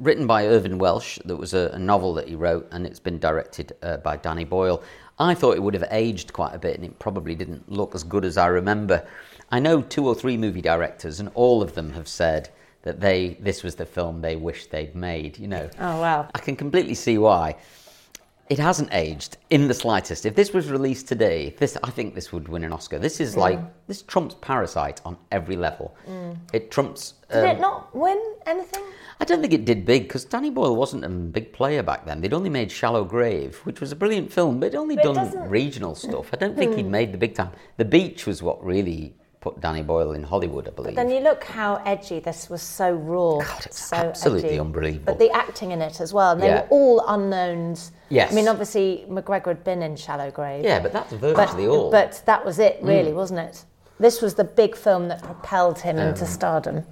written by Irvin Welsh. That was a, a novel that he wrote, and it's been directed uh, by Danny Boyle. I thought it would have aged quite a bit, and it probably didn't look as good as I remember. I know two or three movie directors, and all of them have said that they this was the film they wished they'd made. You know. Oh wow. I can completely see why. It hasn't aged in the slightest. If this was released today, this I think this would win an Oscar. This is like this trumps Parasite on every level. Mm. It trumps. Did um, it not win anything? I don't think it did big because Danny Boyle wasn't a big player back then. They'd only made Shallow Grave, which was a brilliant film, but it only But it done doesn't- Hmm. regional stuff. I don't think he'd made the big time. The Beach was what really put Danny Boyle in Hollywood, I believe. Then you look how edgy this was. So raw. God, it's so absolutely edgy. unbelievable. But the acting in it as well. And they Yeah. were all unknowns. Yes. I mean, obviously McGregor had been in Shallow Grave. yeah, but that's But, virtually all. Mm. but that was it, really, wasn't it? This was the big film that propelled him Um, into stardom.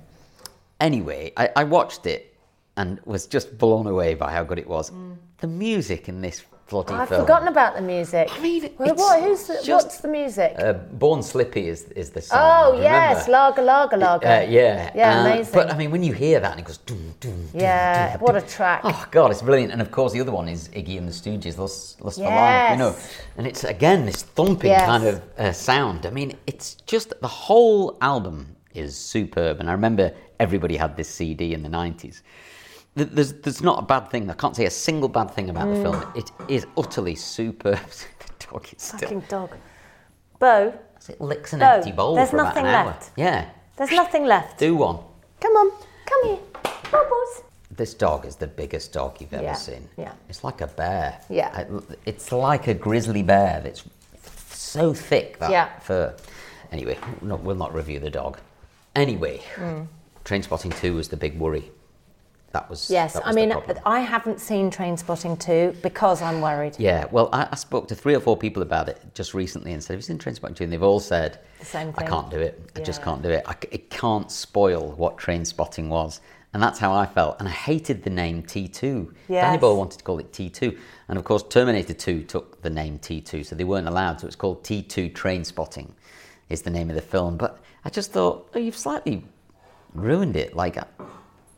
anyway, I, I watched it and was just blown away by how good it was. The music in this bloody Mm. I've film. forgotten about the music. I mean, well, it's what, who's the, just- what's the music? Uh, Born Slippy is, is the song. oh do you yes, remember? Lager Lager Lager. Uh, yeah. yeah, Uh, amazing. But I mean, when you hear that and it goes doom, doom, doom, Yeah, doom, what a doom. track. Oh, God, it's brilliant. And of course, the other one is Iggy and the Stooges, Lost, Lost the Light, Yes. you know. And it's, again, this thumping Yes. kind of uh, sound. I mean, it's just the whole album is superb. And I remember everybody had this CD in the 90s. Th- There's, there's not a bad thing. I can't say a single bad thing about the film. Mm. It is utterly superb. the dog is still. Fucking dog. Bo, It licks an No, empty bowl there's for about nothing an hour. left. Yeah. there's nothing left. Do one. Come on, come here, bubbles. This dog is the biggest dog you've ever Yeah, seen. yeah. It's like a bear. Yeah. I- It's like a grizzly bear that's so thick, that Yeah. Hmm. fur. Anyway, no, we'll not review the dog. Anyway, Train Spotting 2 was the big worry. That was Yes, that I was the mean, problem. I haven't seen Train Spotting 2 because I'm worried. Yeah, well, I, I spoke to three or four people about it just recently and said, Have you seen Trainspotting 2? And they've all said, The same I thing. can't do it. I just can't do it. I c it can't spoil what Trainspotting was. And that's how I felt. And I hated the name T2. Danny Yes. Boyle wanted to call it T2. And of course, Terminator 2 took the name T2, so they weren't allowed. So it's called T2 Trainspotting, is the name of the film. But I just thought, Oh, you've slightly ruined it. Like, I,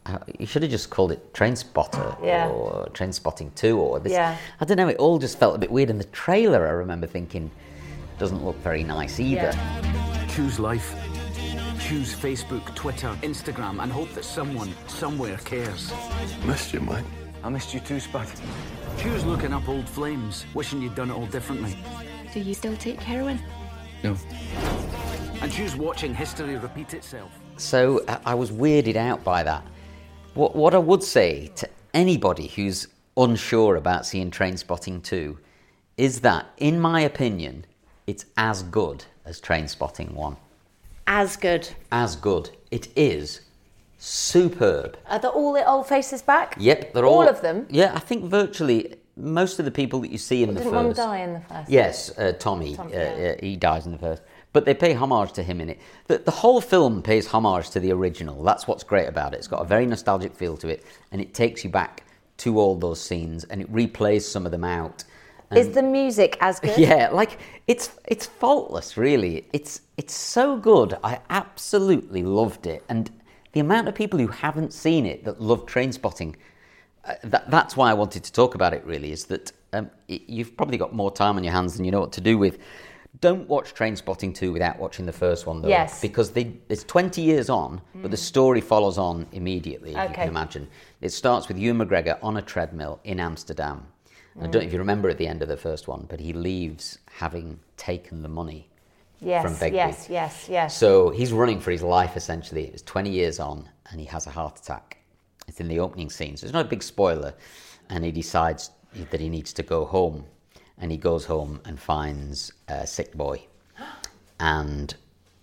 I, you should have just called it Trainspotter Yeah. or Trainspotting 2 or this. Yeah. I don't know, it all just felt a bit weird. And the trailer, I remember thinking, doesn't look very nice either. Choose life. Choose Facebook, Twitter, Instagram, and hope that someone, somewhere cares. Missed you, Mike. I missed you too, Spud. Choose looking up old flames, wishing you'd done it all differently. Do you still take heroin? And choose watching history repeat itself. So uh, I- I was weirded out by that. What, what I would say to anybody who's unsure about seeing Train Spotting 2 is that, in my opinion, it's as good as Train Spotting 1. As good. As good. It is superb. Are the, all the old faces back? Yep, they're all. All of them? Yeah, I think virtually most of the people that you see in the Didn't first. one die in the first? Yes, uh, Tommy. Tommy, uh, yeah. uh, he dies in the first. But they pay homage to him in it. The, the whole film pays homage to the original. That's what's great about it. It's got a very nostalgic feel to it, and it takes you back to all those scenes, and it replays some of them out. Is the music as good? Yeah, like it's it's faultless, really. It's it's so good. I absolutely loved it, and the amount of people who haven't seen it that love Train Spotting, uh, that, that's why I wanted to talk about it. Really, is that um, y- you've probably got more time on your hands than you know what to do with. Don't watch Train Spotting two without watching the first one, though, Yes. because they, it's twenty years on, but the story follows on immediately. If you Hmm. Okay. can imagine, it starts with Ewan McGregor on a treadmill in Amsterdam. And I don't know if you Hmm. remember at the end of the first one, but he leaves having taken the money. from Yes, Begbie. yes, yes, yes. So he's running for his life essentially. It was 20 years on and he has a heart attack. It's in the opening scene, so it's not a big spoiler. And he decides that he needs to go home. And he goes home and finds a sick boy. And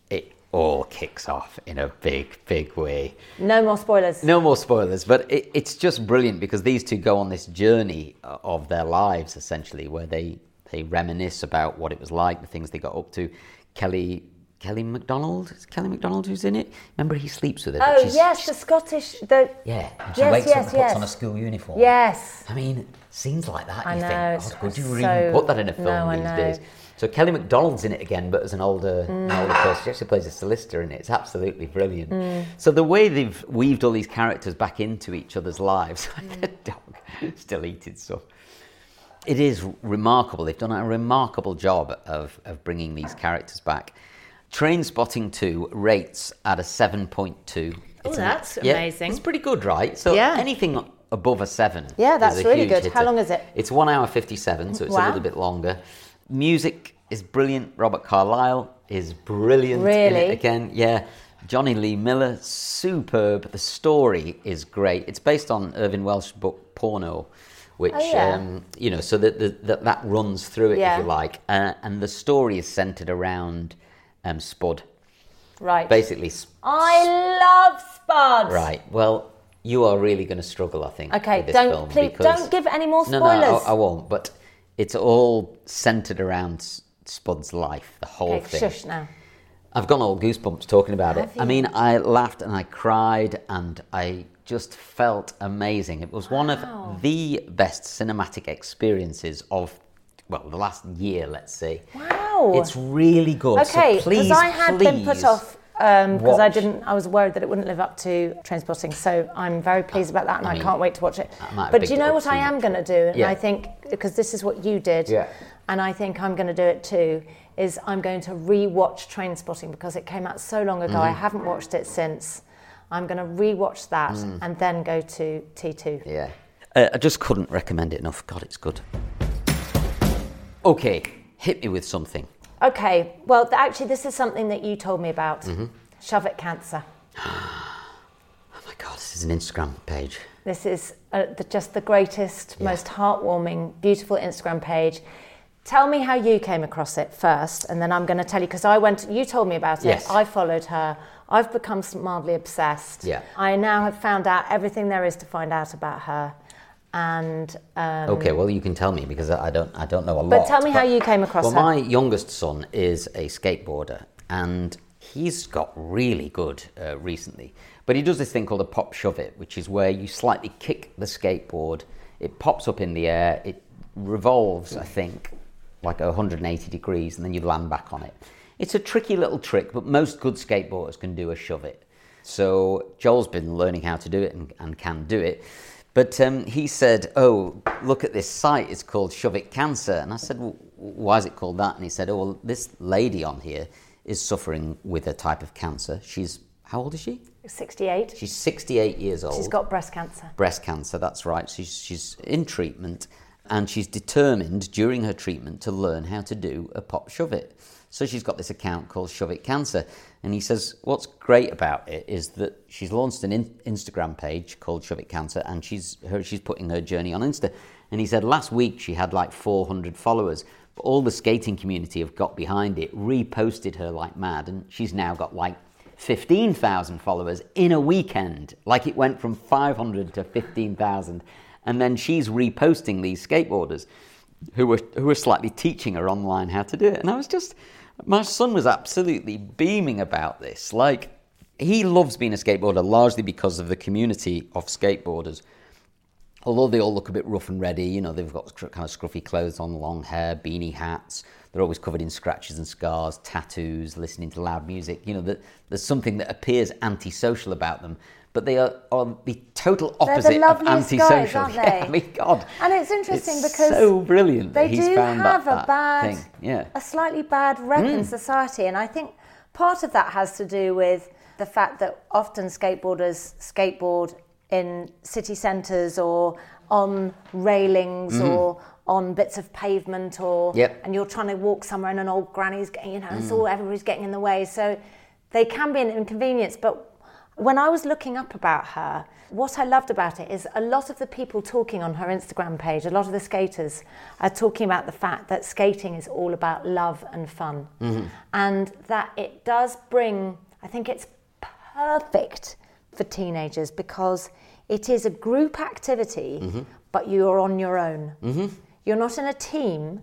it all kicks off in a big, big way. no more spoilers. No more spoilers, but it, it's just brilliant because these two go on this journey uh, of their lives essentially, where they they reminisce about what it was like, the things they got up to. Kelly Kelly McDonald, is it Kelly McDonald who's in it. Remember, he sleeps with her. but Oh, she's- yes, the Scottish. The, yeah, and she yes, wakes yes, up and yes. puts on a school uniform. Yes. I mean, scenes like that, I you know, think, it's oh, could you so- even put that in a film no, I these know. days? So Kelly MacDonald's in it again, but as an older, an Mm. older person. She actually plays a solicitor in it. It's absolutely brilliant. Mm. So the way they've weaved all these characters back into each other's lives, the Mm. dog still eating stuff. It is remarkable. They've done a remarkable job of, of bringing these characters back. Train Spotting 2 rates at a 7.2. Oh, It's that's yeah, amazing. It's pretty good, right? So Yeah. anything above a 7 Yeah, that's is a really huge good. How hitter. long is it? It's one hour fifty-seven, so it's a Wow. little bit longer. Music is brilliant. Robert Carlyle is brilliant. in it Really? again, yeah. Johnny Lee Miller, superb. The story is great. It's based on Irvin Welsh's book Porno, which Oh, yeah. um, you know, so that that that- that runs through it Yeah. if you like, uh, and the story is centered around um, Spud, Right. basically. Sp- Oh, I love Spuds. Right. Well, you are really going to struggle, I think. Okay, with this don't- film please because- don't give any more No, no, spoilers. I, I won't. But it's all centered around S- Spud's life, the whole Okay, thing. shush now. I've gone all goosebumps talking about it. Have I you? mean, I laughed and I cried and I just felt amazing. It was one Wow. of the best cinematic experiences of, well, the last year, let's say. Wow. It's really good. okay, so please, I had been put please off because I watch. didn't. I was worried that it wouldn't live up to Trainspotting, so I'm very pleased about that, and I I, mean, can't wait to watch it. I might have But do you bigged it know up what I too am much. going to do? And Yeah. I think because this is what you did, Yeah. and I think I'm going to do it too. Is I'm going to re-watch Trainspotting because it came out so long ago. I Mm-hmm. haven't watched it since. I'm going to re-watch that Mm. and then go to T2. Yeah. Uh, I just couldn't recommend it enough. God, it's good. Okay, hit me with something. Okay. Well, th- actually, this is something that you told me about. Mm-hmm. Shove it, cancer. Oh my God, this is an Instagram page. This is uh, the, just the greatest, most heartwarming, beautiful Instagram page. Tell me how you came across it first, and then I'm going to tell you because I went. You told me about it. Yes. I followed her. I've become mildly obsessed. Yeah. I now have found out everything there is to find out about her, and um, okay, well you can tell me because I I don't I don't know a lot. But tell me how you came across Well, her. my youngest son is a skateboarder, and he's got really good uh, recently. But he does this thing called a pop shove it, which is where you slightly kick the skateboard, it pops up in the air, it revolves, I think, like 180 degrees, and then you land back on it. It's a tricky little trick, but most good skateboarders can do a shove it. So Joel's been learning how to do it and, and can do it. But um, he said, "Oh, look at this site. It's called Shove It Cancer." And I said, well, "Why is it called that?" And he said, "Oh, well, this lady on here is suffering with a type of cancer. She's how old is she? 68. She's 68 years old. She's got breast cancer. breast cancer. That's right. She's she's in treatment, and she's determined during her treatment to learn how to do a pop shove it. So she's got this account called Shove It Cancer, and he says what's great about it is that she's launched an in- Instagram page called Shove It Cancer, and she's her, she's putting her journey on Insta. And he said last week she had like 400 followers. But all the skating community have got behind it, reposted her like mad, and she's now got like 15,000 followers in a weekend. Like it went from 500 to 15,000. And then she's reposting these skateboarders who were, who were slightly teaching her online how to do it. And I was just, my son was absolutely beaming about this. Like, he loves being a skateboarder largely because of the community of skateboarders although they all look a bit rough and ready, you know, they've got scr- kind of scruffy clothes on, long hair, beanie hats. They're always covered in scratches and scars, tattoos, listening to loud music. You know, that there's something that appears antisocial about them, but they are, are the total the opposite of loveliest guys, antisocial. aren't Yeah, they? I mean, God. And it's interesting because so brilliant that they he's do found that- have that a bad, thing. Yeah. Mm. a slightly bad rep in society, and I think part of that has to do with the fact that often skateboarders skateboard in city centres or on railings or on bits of pavement or Mm. Yep. Mm. and you're trying to walk somewhere and an old granny's getting you know it's all everybody's getting in the way so they can be an inconvenience but when I was looking up about her, what I loved about it is a lot of the people talking on her Instagram page, a lot of the skaters are talking about the fact that skating is all about love and fun. And that it does bring, I think it's perfect for teenagers because it is a group activity, but you're on your own. You're not in a team,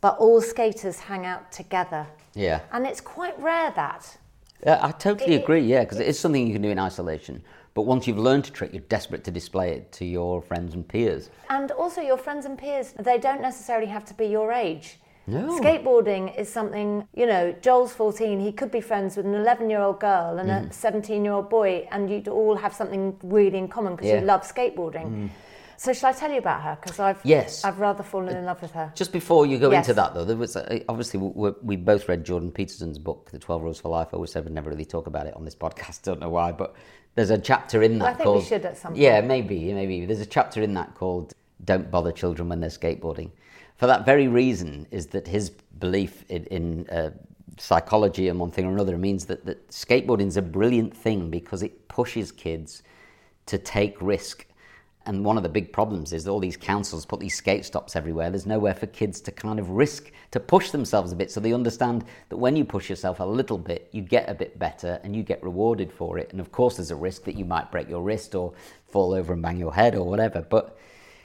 but all skaters hang out together. Yeah. And it's quite rare that. Yeah, I totally agree. Yeah, because it is something you can do in isolation. But once you've learned a trick, you're desperate to display it to your friends and peers. And also, your friends and peers, they don't necessarily have to be your age. No. Skateboarding is something, you know, Joel's 14, he could be friends with an 11 year old girl and Mm-hmm. a 17 year old boy, and you'd all have something really in common because Yeah. Mm. you love skateboarding. So, shall I tell you about her? Because I've, Yes. I've rather fallen in love with her. Just before you go Uh-huh. Yes. into that, though, there was uh, obviously we- we, we both read Jordan Peterson's book, The Twelve Rules for Life. I always said we'd never really talk about it on this podcast. Don't know why, but there's a chapter in that. I think we called, should at some Yeah, maybe, maybe. There's a chapter in that called "Don't Bother Children When They're Skateboarding," for that very reason is that his belief in, in uh, psychology and one thing or another means that that skateboarding is a brilliant thing because it pushes kids to take risk. And one of the big problems is that all these councils put these skate stops everywhere. There's nowhere for kids to kind of risk, to push themselves a bit. So they understand that when you push yourself a little bit, you get a bit better and you get rewarded for it. And of course, there's a risk that you might break your wrist or fall over and bang your head or whatever. But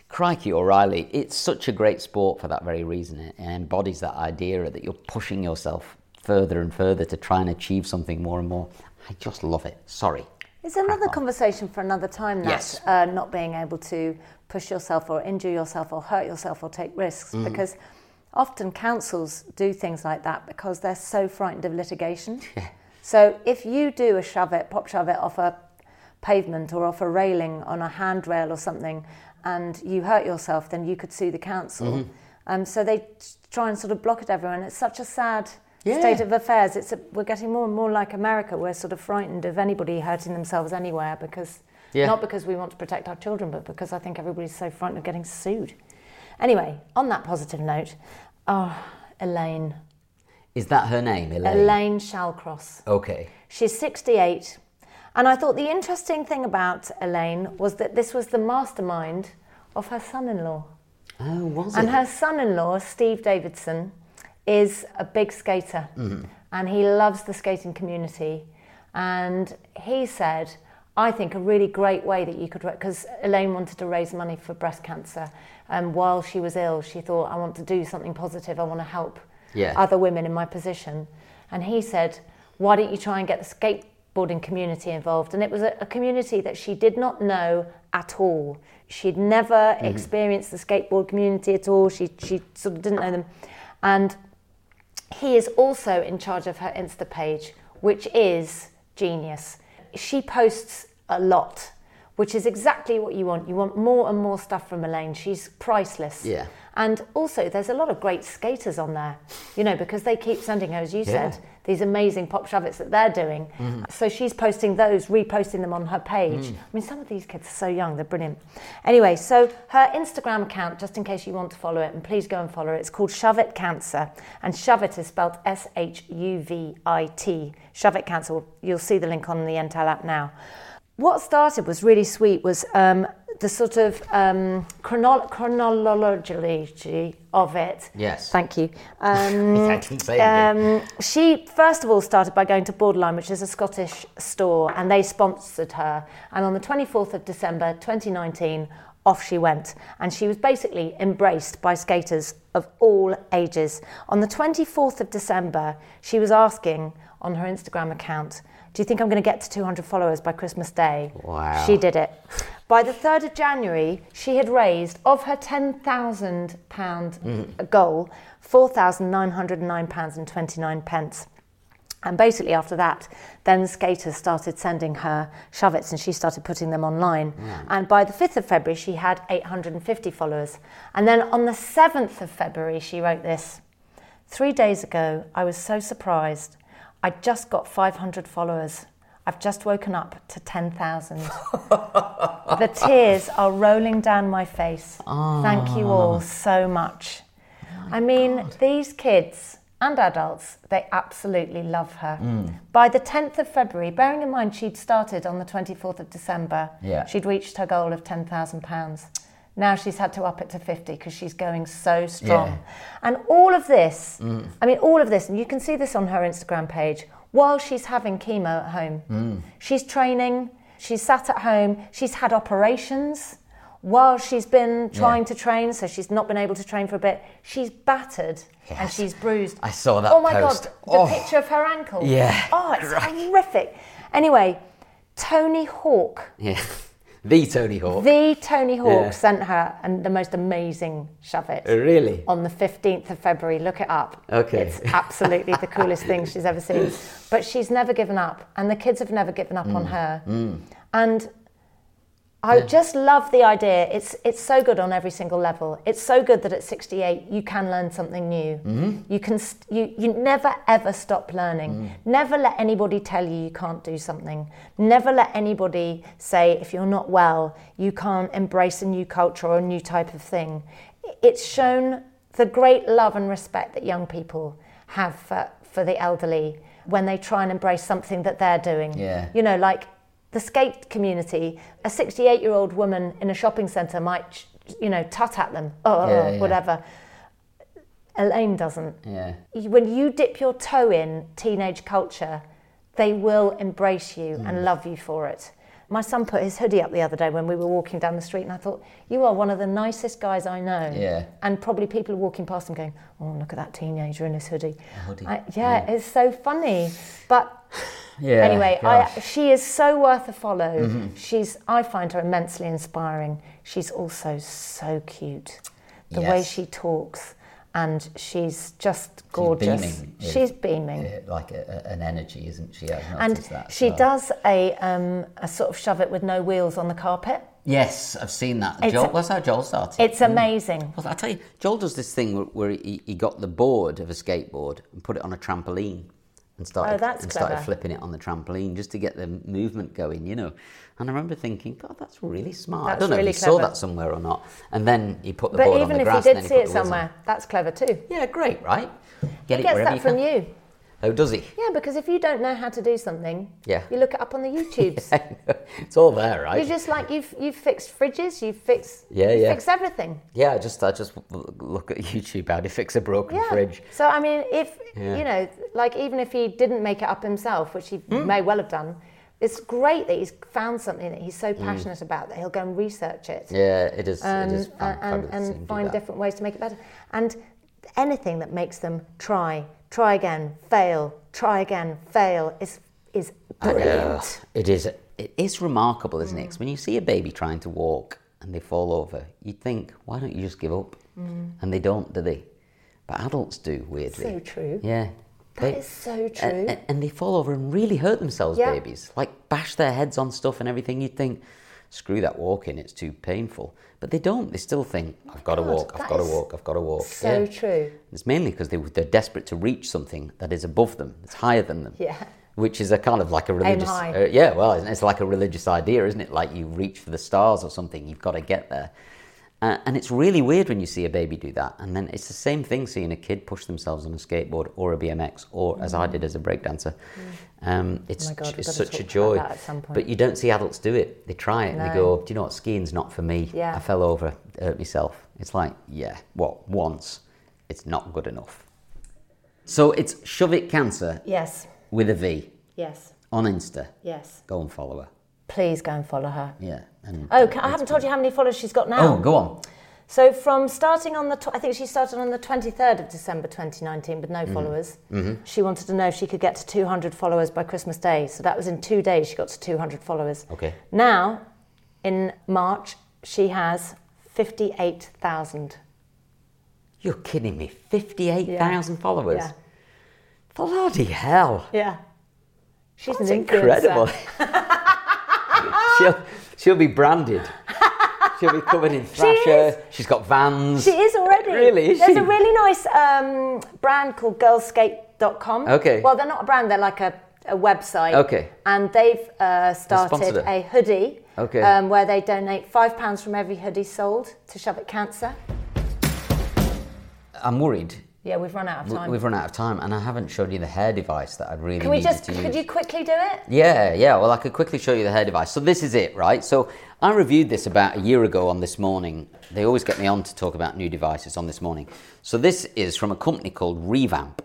crikey, O'Reilly, it's such a great sport for that very reason. It embodies that idea that you're pushing yourself further and further to try and achieve something more and more. I just love it. Sorry. It's another conversation for another time that Yes. uh, not being able to push yourself or injure yourself or hurt yourself or take risks Mm. because often councils do things like that because they're so frightened of litigation. so if you do a shove it, pop shove it off a pavement or off a railing on a handrail or something and you hurt yourself, then you could sue the council. Mm-hmm. Um, so they t- try and sort of block it everywhere, and it's such a sad Yeah. state of affairs. It's a, we're getting more and more like America. We're sort of frightened of anybody hurting themselves anywhere because Yeah. not because we want to protect our children, but because I think everybody's so frightened of getting sued. Anyway, on that positive note, oh, Elaine, Is that her name, Elaine? Elaine Shalcross. Okay. She's 68. And I thought the interesting thing about Elaine was that this was the mastermind of her son in law. Oh, was and it? her son-in-law, Steve Davidson, is a big skater, Mhm. and he loves the skating community. And he said, I think a really great way that you could, because Elaine wanted to raise money for breast cancer, and while she was ill, she thought, I want to do something positive. I want to help Yeah. other women in my position. And he said, Why don't you try and get the skateboarding community involved? And it was a, a community that she did not know at all. She'd never Mhm. experienced the skateboard community at all. She, she sort of didn't know them. And he is also in charge of her Insta page, which is genius. She posts a lot, which is exactly what you want. You want more and more stuff from Elaine. She's priceless. Yeah. And also, there's a lot of great skaters on there, you know, because they keep sending her, as you Yeah. said, these amazing pop shovets that they're doing. Mhm. So she's posting those, reposting them on her page. Mm. I mean, some of these kids are so young, they're brilliant. Anyway, so her Instagram account, just in case you want to follow it, and please go and follow it, it's called Shove It Cancer. And Shove It is spelled S H U V I T. Shove It Cancer, you'll see the link on the Entel app now what started was really sweet was um, the sort of um, chrono- chronology of it. Yes. Thank you. Um, I didn't say anything. um, she first of all started by going to Borderline, which is a Scottish store, and they sponsored her. And on the 24th of December 2019, off she went, and she was basically embraced by skaters of all ages. On the 24th of December, she was asking on her Instagram account, "Do you think I'm going to get to 200 followers by Christmas Day?" Wow. She did it. By the 3rd of January, she had raised, of her £10,000 Mhm. goal, £4,909.29. pence. And basically, after that, then skaters started sending her shovets and she started putting them online. Mm. And by the 5th of February, she had 850 followers. And then on the 7th of February, she wrote this Three days ago, I was so surprised. I just got 500 followers. I've just woken up to 10,000. the tears are rolling down my face. Thank Ah. you all so much. Oh I mean, these kids and adults, they absolutely love her. Mm. By the 10th of February, bearing in mind she'd started on the 24th of December, Yeah. she'd reached her goal of £10,000. Now she's had to up it to 50 because she's going so strong. And all of this, Mm. I mean, all of this, and you can see this on her Instagram page, while she's having chemo at home. Mm. She's training, she's sat at home, she's had operations while she's been Yeah. trying to train, so she's not been able to train for a bit. She's battered and she's bruised. I saw that Oh my post. god, the Oh. picture of her ankle. Yeah. Oh, it's horrific. Anyway, Tony Hawk, Yeah. the Tony Hawk. the Tony Hawk, Yeah. sent her and the most amazing shove it. Uh, really? On the 15th of February. Look it up. Okay. It's absolutely the coolest thing she's ever seen. But she's never given up, and the kids have never given up on Mm. her. Mm. And I just love the idea. It's it's so good on every single level. It's so good that at 68 you can learn something new. Mm-hmm. Mhm. You can st- you you never ever stop learning. Never let anybody tell you you can't do something. Never let anybody say if you're not well, you can't embrace a new culture or a new type of thing. It's shown the great love and respect that young people have for, for the elderly when they try and embrace something that they're doing. Yeah. You know, like the skate community, a 68 year old woman in a shopping centre might, you know, tut at them, oh, oh, Yeah, oh, yeah. whatever. Elaine doesn't. Yeah. You- When you dip your toe in teenage culture, they will embrace you and Mm. love you for it. My son put his hoodie up the other day when we were walking down the street, and I thought, you are one of the nicest guys I know. Yeah. And probably people are walking past him going, oh, look at that teenager in his hoodie. hoodie. I- yeah, it's so funny. But Yeah, anyway, I, gosh. she is so worth a follow. Mm-hmm. Mhm. She's, I find her immensely inspiring. She's also so cute. The way Yes. she talks, and she's just gorgeous. beaming with- She's beaming. Uh, like a, a- an energy, isn't she? I've and noticed that. as she well. does a, um, a sort of shove it with no wheels on the Mm. carpet. Yes, I've seen that. It's- Joel, that's how Joel started. It's amazing. Well, I tell you, Joel does this thing where, where he, he got the board of a skateboard and put it on a trampoline and started Oh, that's and started clever. flipping it on the trampoline just to get the movement going, you know. And I remember thinking, God, that's really smart. I That's don't know really if he saw clever. that somewhere or not. And then he put the But board on even the if you grass. did and see then he it put the wheels on. somewhere, that's clever too. Yeah, great, right? Get it he gets wherever that you from can. you. How does he? Yeah, because if you don't know how to do something, Yeah. you look it up on the YouTubes. It's all there, right? You're just like you've you've fixed fridges, you've fixed Yeah, you've yeah. fixed everything. yeah, I just I just look at YouTube how to fix a broken Yeah. fridge. So I mean, if Yeah. you know, like even if he didn't make it up himself, which he Hmm. may well have done, it's great that he's found something that he's so Mm. passionate about that he'll go and research it. Yeah, it is. Um, it is fan- a- and, fabulous to see him and do find that. different ways to make it better. And anything that makes them try, try again, fail, try again, fail is is I know. brilliant. It is. It is remarkable, isn't it? Mm. 'Cause when you see a baby trying to walk and they fall over, you think, why don't you just give up? Mm. And they don't, do they? But adults do weirdly. So true. Yeah. That is so true. And, and- and they fall over and really hurt themselves, Yeah. babies. Like bash their heads on stuff and everything. You'd think, screw that walking, it's too painful. But they don't. They still think, I've got to God, walk, I've that got to is walk, I've got to walk. So true. It's mainly because they, they're desperate to reach something that is above them, that's higher than them Yeah. which is a kind of like a religious high. uh, yeah well it's- it's like a religious idea isn't it like you reach for the stars or something you've got to get there uh, and it's really weird when you see a baby do that and then it's the same thing seeing a kid push themselves on a skateboard or a bmx or as i did as a breakdancer um, it's, Mm. Oh my God, we've it's gotta such a talk about joy that at some point. but you don't see adults do it they try it and they No. go do you know what skiing's not for me Yeah. i fell over hurt myself it's like yeah what once it's not good enough so it's shove it cancer Yes. with a v Yes. on Insta. Yes. Go and follow her. Please go and follow her. Yeah. And Oh, ca- I haven't told you how many followers she's got now. Oh, go on. So from starting on the, tw- I think she started on the 23rd of December 2019 with no Mhm. followers. Mhm. She wanted to know if she could get to 200 followers by Christmas Day. So that was in two days she got to 200 followers. Okay. Now, in March, she has 58,000. You're kidding me. 58,000 followers. Yeah. Bloody hell. Yeah. She's That's an incredible. influencer. she'll, she'll be branded. She'll be covered in Thrasher. She has got vans. She is already. Really, is There's she? a really nice um, brand called girlskate.com. Okay. Well, they're not a brand, they're like a, a website. Okay. And they've uh, started sponsored her. a hoodie Okay. um, where they donate £5 from every hoodie sold to Shove It Cancer. I'm worried. Yeah, we've run out of We- time. We've run out of time and I haven't shown you the hair device that I really Can we needed just, to use. could you quickly do it? Yeah, yeah. Well, I could quickly show you the hair device. So this is it, right? So I reviewed this about a year ago on This Morning. They always get me on to talk about new devices on This Morning. So this is from a company called Revamp.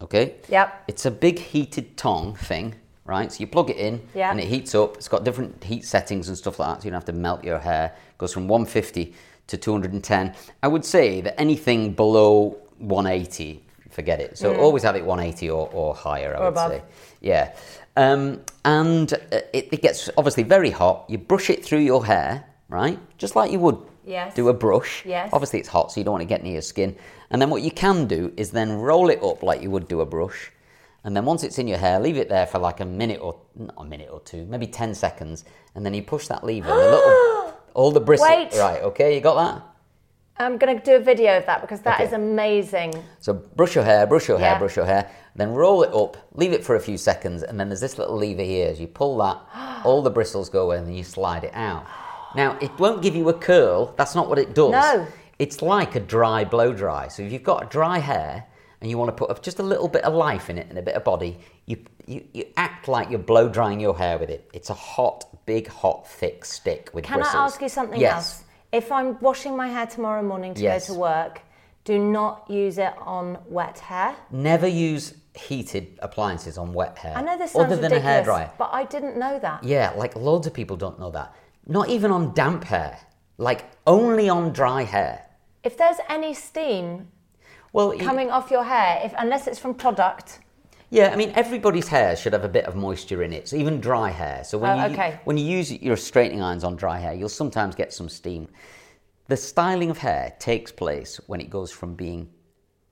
Okay? Yep. It's a big heated tongue thing, right? So you plug it in Yeah. and it heats up. It's got different heat settings and stuff like that, so you don't have to melt your hair. It goes from 150 to 210. I would say that anything below 180, forget it. So Mm. always have it 180 or, or higher, I Or would above. say. Yeah. Um, and uh, it, it gets obviously very hot. You brush it through your hair, right? Just like you would Yes. do a brush. Yes. Obviously, it's hot, so you don't want to get near your skin. And then what you can do is then roll it up like you would do a brush. And then once it's in your hair, leave it there for like a minute or not a minute or two, maybe ten seconds, and then you push that lever. and the little, all the bristles. Wait. Right. Okay. You got that. I'm going to do a video of that because that Okay. is amazing. So brush your hair, brush your hair, Yeah. brush your hair, then roll it up, leave it for a few seconds, and then there's this little lever here. As you pull that, all the bristles go away, and then you slide it out. Now it won't give you a curl. That's not what it does. No. It's like a dry blow dry. So if you've got dry hair and you want to put up just a little bit of life in it and a bit of body, you, you, you act like you're blow drying your hair with it. It's a hot, big, hot, thick stick with Can bristles. I ask you something yes. else? If I'm washing my hair tomorrow morning to Yes. go to work, do not use it on wet hair. Never use heated appliances on wet hair. I know this sounds other than ridiculous, a hairdryer. but I didn't know that. Yeah, like loads of people don't know that. Not even on damp hair. Like only on dry hair. If there's any steam Well, you- coming off your hair, if unless it's from product, yeah, I mean everybody's hair should have a bit of moisture in it. So even dry hair. So when Oh, you okay. when you use your straightening irons on dry hair, you'll sometimes get some steam. The styling of hair takes place when it goes from being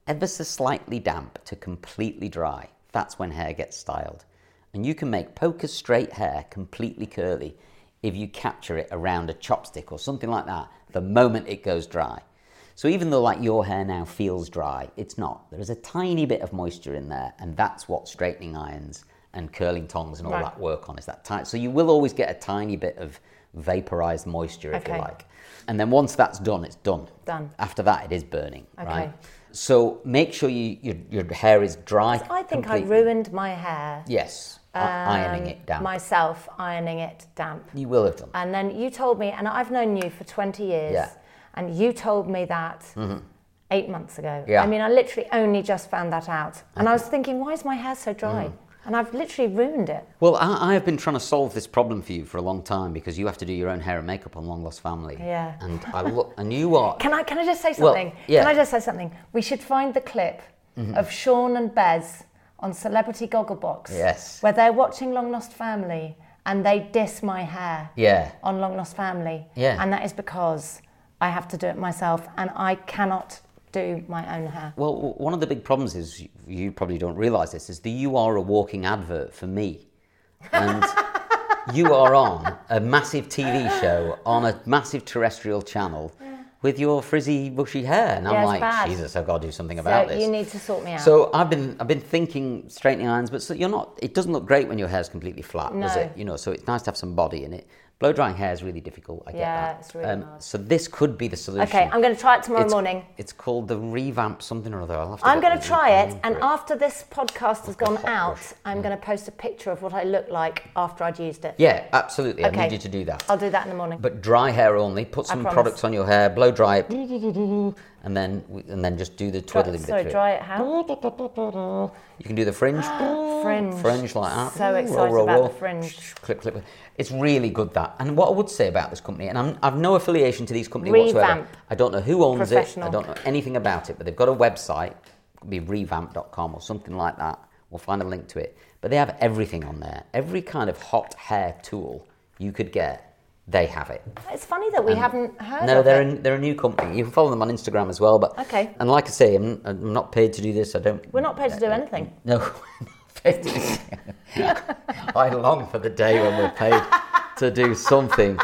ever so slightly damp to completely dry. That's when hair gets styled. And you can make poker straight hair completely curly if you capture it around a chopstick or something like that the moment it goes dry. So even though like your hair now feels dry, it's not. There is a tiny bit of moisture in there and that's what straightening irons and curling tongs and all Right. that work on is that tight. So you will always get a tiny bit of vaporized moisture if Okay. you like. And then once that's done, it's done. Done. After that it is burning, Okay. right? So make sure you, your, your hair is dry. I think completely. I ruined my hair. Yes, i- ironing Um, it down. Myself ironing it damp. You will have done. And then you told me, and I've known you for 20 years, Yeah. and you told me that Mhm. eight months ago. Yeah. I mean, I literally only just found that out. And I was thinking, why is my hair so dry? Mm. And I've literally ruined it. Well, I, I have been trying to solve this problem for you for a long time because you have to do your own hair and makeup on Long Lost Family. Yeah. And I look, and you are. Can I, can I just say Well, something? yeah. Can I just say something? We should find the clip Mhm. of Sean and Bez on Celebrity Gogglebox. Yes. Where they're watching Long Lost Family and they diss my hair. Yeah. on Long Lost Family. Yeah. And that is because I have to do it myself and I cannot do my own hair. Well, w- one of the big problems is you- you probably don't realise this is that you are a walking advert for me, and you are on a massive TV show on a massive terrestrial channel with your frizzy, bushy hair, and Yeah, I'm it's like, bad. Jesus, I've got to do something about so this. you need to sort me out. So I've been I've been thinking straightening irons, but so you're not. It doesn't look great when your hair's completely flat, does No. it? You know, so it's nice to have some body in it. Blow drying hair is really difficult. I get Yeah, that. Um, it's really hard. So this could be the solution. okay, I'm going to try it tomorrow It's- morning. It's called the revamp something or other. I'll have to I'm get going the to try it name and for after this podcast has gone out, I'm Mm. going to post a picture of what I look like after I'd used it. Yeah, absolutely. I Okay. need you to do that. I'll do that in the morning. But dry hair only. Put I some promise. products on your hair. Blow dry it, and then and then just do the Dry- twiddling sorry, bit. through dry it how? it. You can do the fringe. Fringe. Fringe like that. So Ooh, roll, excited roll, about roll. the fringe. Clip, clip. It's really good that. And what I would say about this company, and I'm, I've no affiliation to these company whatsoever. Revamp. I don't know who owns it. I Professional. don't know anything about it, but they've got a website, it could be revamp.com or something like that. We'll find a link to it. But they have everything on there. Every kind of hot hair tool you could get, they have it. It's funny that we And- haven't heard No, of they're it. a, they're a new company. You can follow them on Instagram as well. But Okay. And like I say, I'm, I'm not paid to do this. I don't. We're not paid to do anything. No. I long for the day when we're paid to do something.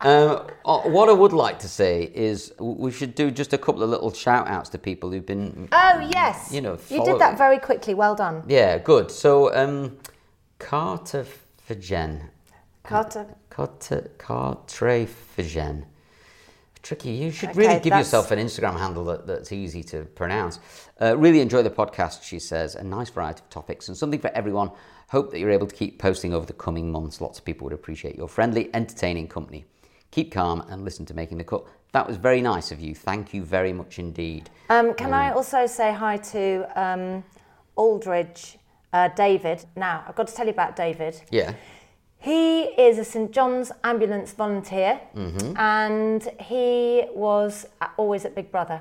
Um, uh, what I would like to say is w- we should do just a couple of little shout outs to people who've been. Oh, yes. You know, you follow- did that very quickly. Well done. Yeah, good. So, um, Carter Figen. Carter. Carter, Cartre Figen. Tricky. You should Okay, really give that's- yourself an Instagram handle that, that's easy to pronounce. Uh, really enjoy the podcast, she says. A nice variety of topics and something for everyone. Hope that you're able to keep posting over the coming months. Lots of people would appreciate your friendly, entertaining company. Keep calm and listen to Making the Cut. That was very nice of you. Thank you very much indeed. Um, Mm. can I also say hi to um, Aldridge uh, David? Now, I've got to tell you about David. Yeah. He is a St John's ambulance volunteer Mhm. and he was a- always at Big Brother.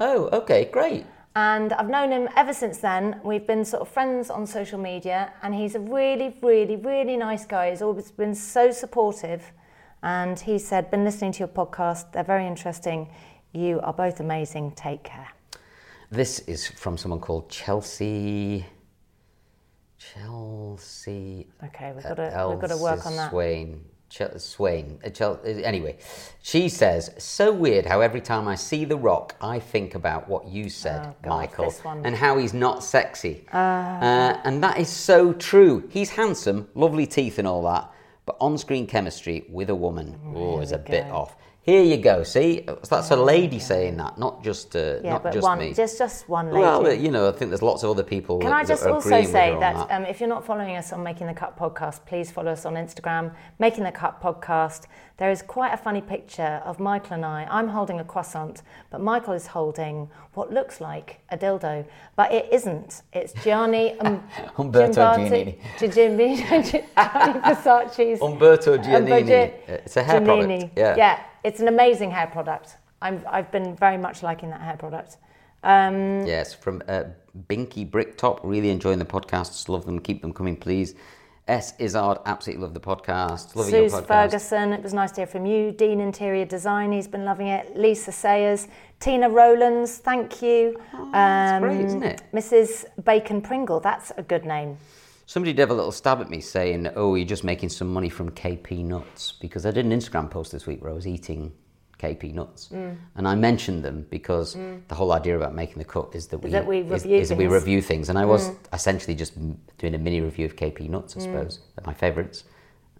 Oh, okay, great. And I've known him ever since then. We've been sort of friends on social media and he's a really, really, really nice guy. He's always been so supportive. And he said, Been listening to your podcast, they're very interesting. You are both amazing. Take care. This is from someone called Chelsea. Chelsea. Okay, we've gotta- we've gotta work on that. Swain. Ch- Swain. Uh, Chel- uh, anyway, she says, "So weird how every time I see The Rock, I think about what you said, Oh, God, Michael, this one. and how he's not sexy." Uh, Uh, and that is so true. He's handsome, lovely teeth and all that, but on-screen chemistry with a woman oh, is a bit off. Here you go. See, that's a lady saying that, not just uh, yeah, not but just one, me. just just one lady. Well, uh, you know, I think there's lots of other people. Can that, I just that are also agreeing with her say on that, Um, if you're not following us on Making the Cut podcast, please follow us on Instagram, Making the Cut podcast. There is quite a funny picture of Michael and I. I'm holding a croissant, but Michael is holding what looks like a dildo, but it isn't. It's Gianni um, Umberto Gimbati- Gianni Versace's Umberto Giannini. Umberto Uh, it's a hair Giannini. product. Yeah. it's an amazing hair product. I'm, I've been very much liking that hair product. Um, Yes, from uh, Binky Bricktop. Really enjoying the podcasts. Love them. Keep them coming, please. S Izzard. Absolutely love the podcast. Loving Suze your podcast. Ferguson, it was nice to hear from you. Dean Interior Design, he's been loving it. Lisa Sayers, Tina Rowlands, thank you. Oh, that's great, isn't it? Mrs. Bacon Pringle, that's a good name. Somebody did have a little stab at me saying, "Oh, you're just making some money from KP nuts," because I did an Instagram post this week where I was eating KP nuts, Mm. and I mentioned them because Mm. the whole idea about making the cut is that we That we is- review is, that we things. review things, and I was Mm. essentially just m- doing a mini review of KP nuts, I Mm. suppose, they're my favourites,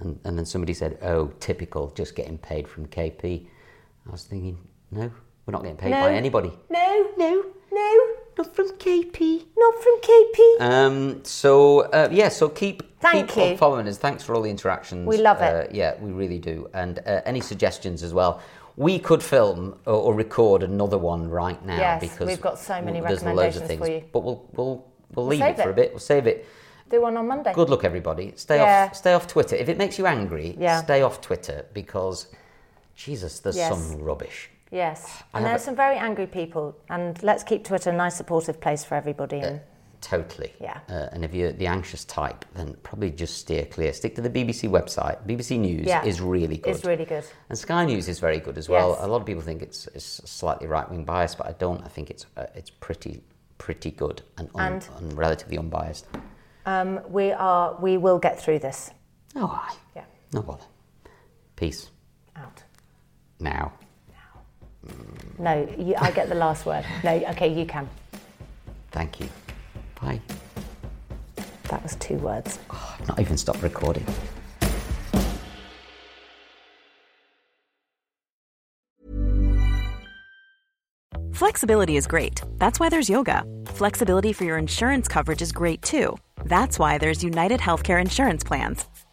and and then somebody said, "Oh, typical, just getting paid from KP." I was thinking, no, we're not getting paid by No. anybody. No, no. No, not from Uh, KP. Not from KP. Um, so uh, yeah, so keep Thank keep on you. following us. Thanks for all the interactions. We love it. Uh, yeah, we really do. And uh, any suggestions as well. We could film or, or record another one right now Yes, because we've got so many there's loads of recommendations things. for you. But we'll we'll we'll We'll leave save it for it. a bit. We'll save it. Do one on Monday. Good luck, everybody. Stay Yeah. off stay off Twitter. If it makes you angry, Yeah. stay off Twitter because Jesus, there's Yes. some rubbish. Yes. I And have there's a- some very angry people. And let's keep Twitter a nice, supportive place for everybody. Uh, And Totally. Yeah. Uh, and if you're the anxious type, then probably just steer clear. Stick to the BBC website. BBC News yeah. is really good. It's really good. and Sky News is very good as well. Yes. A lot of people think it's, it's slightly right wing biased, but I don't. I think it's uh, it's pretty pretty good and, un- And- and relatively unbiased. Um, we are. We will get through this. Oh, aye. Yeah. No bother. Peace. Out. Now. No, you, I get the last word. No. Okay, you can. Thank you. Bye. That was two words. I've not even stopped recording. Flexibility is great. That's why there's yoga. Flexibility for your insurance coverage is great too. That's why there's United Healthcare Insurance Plans.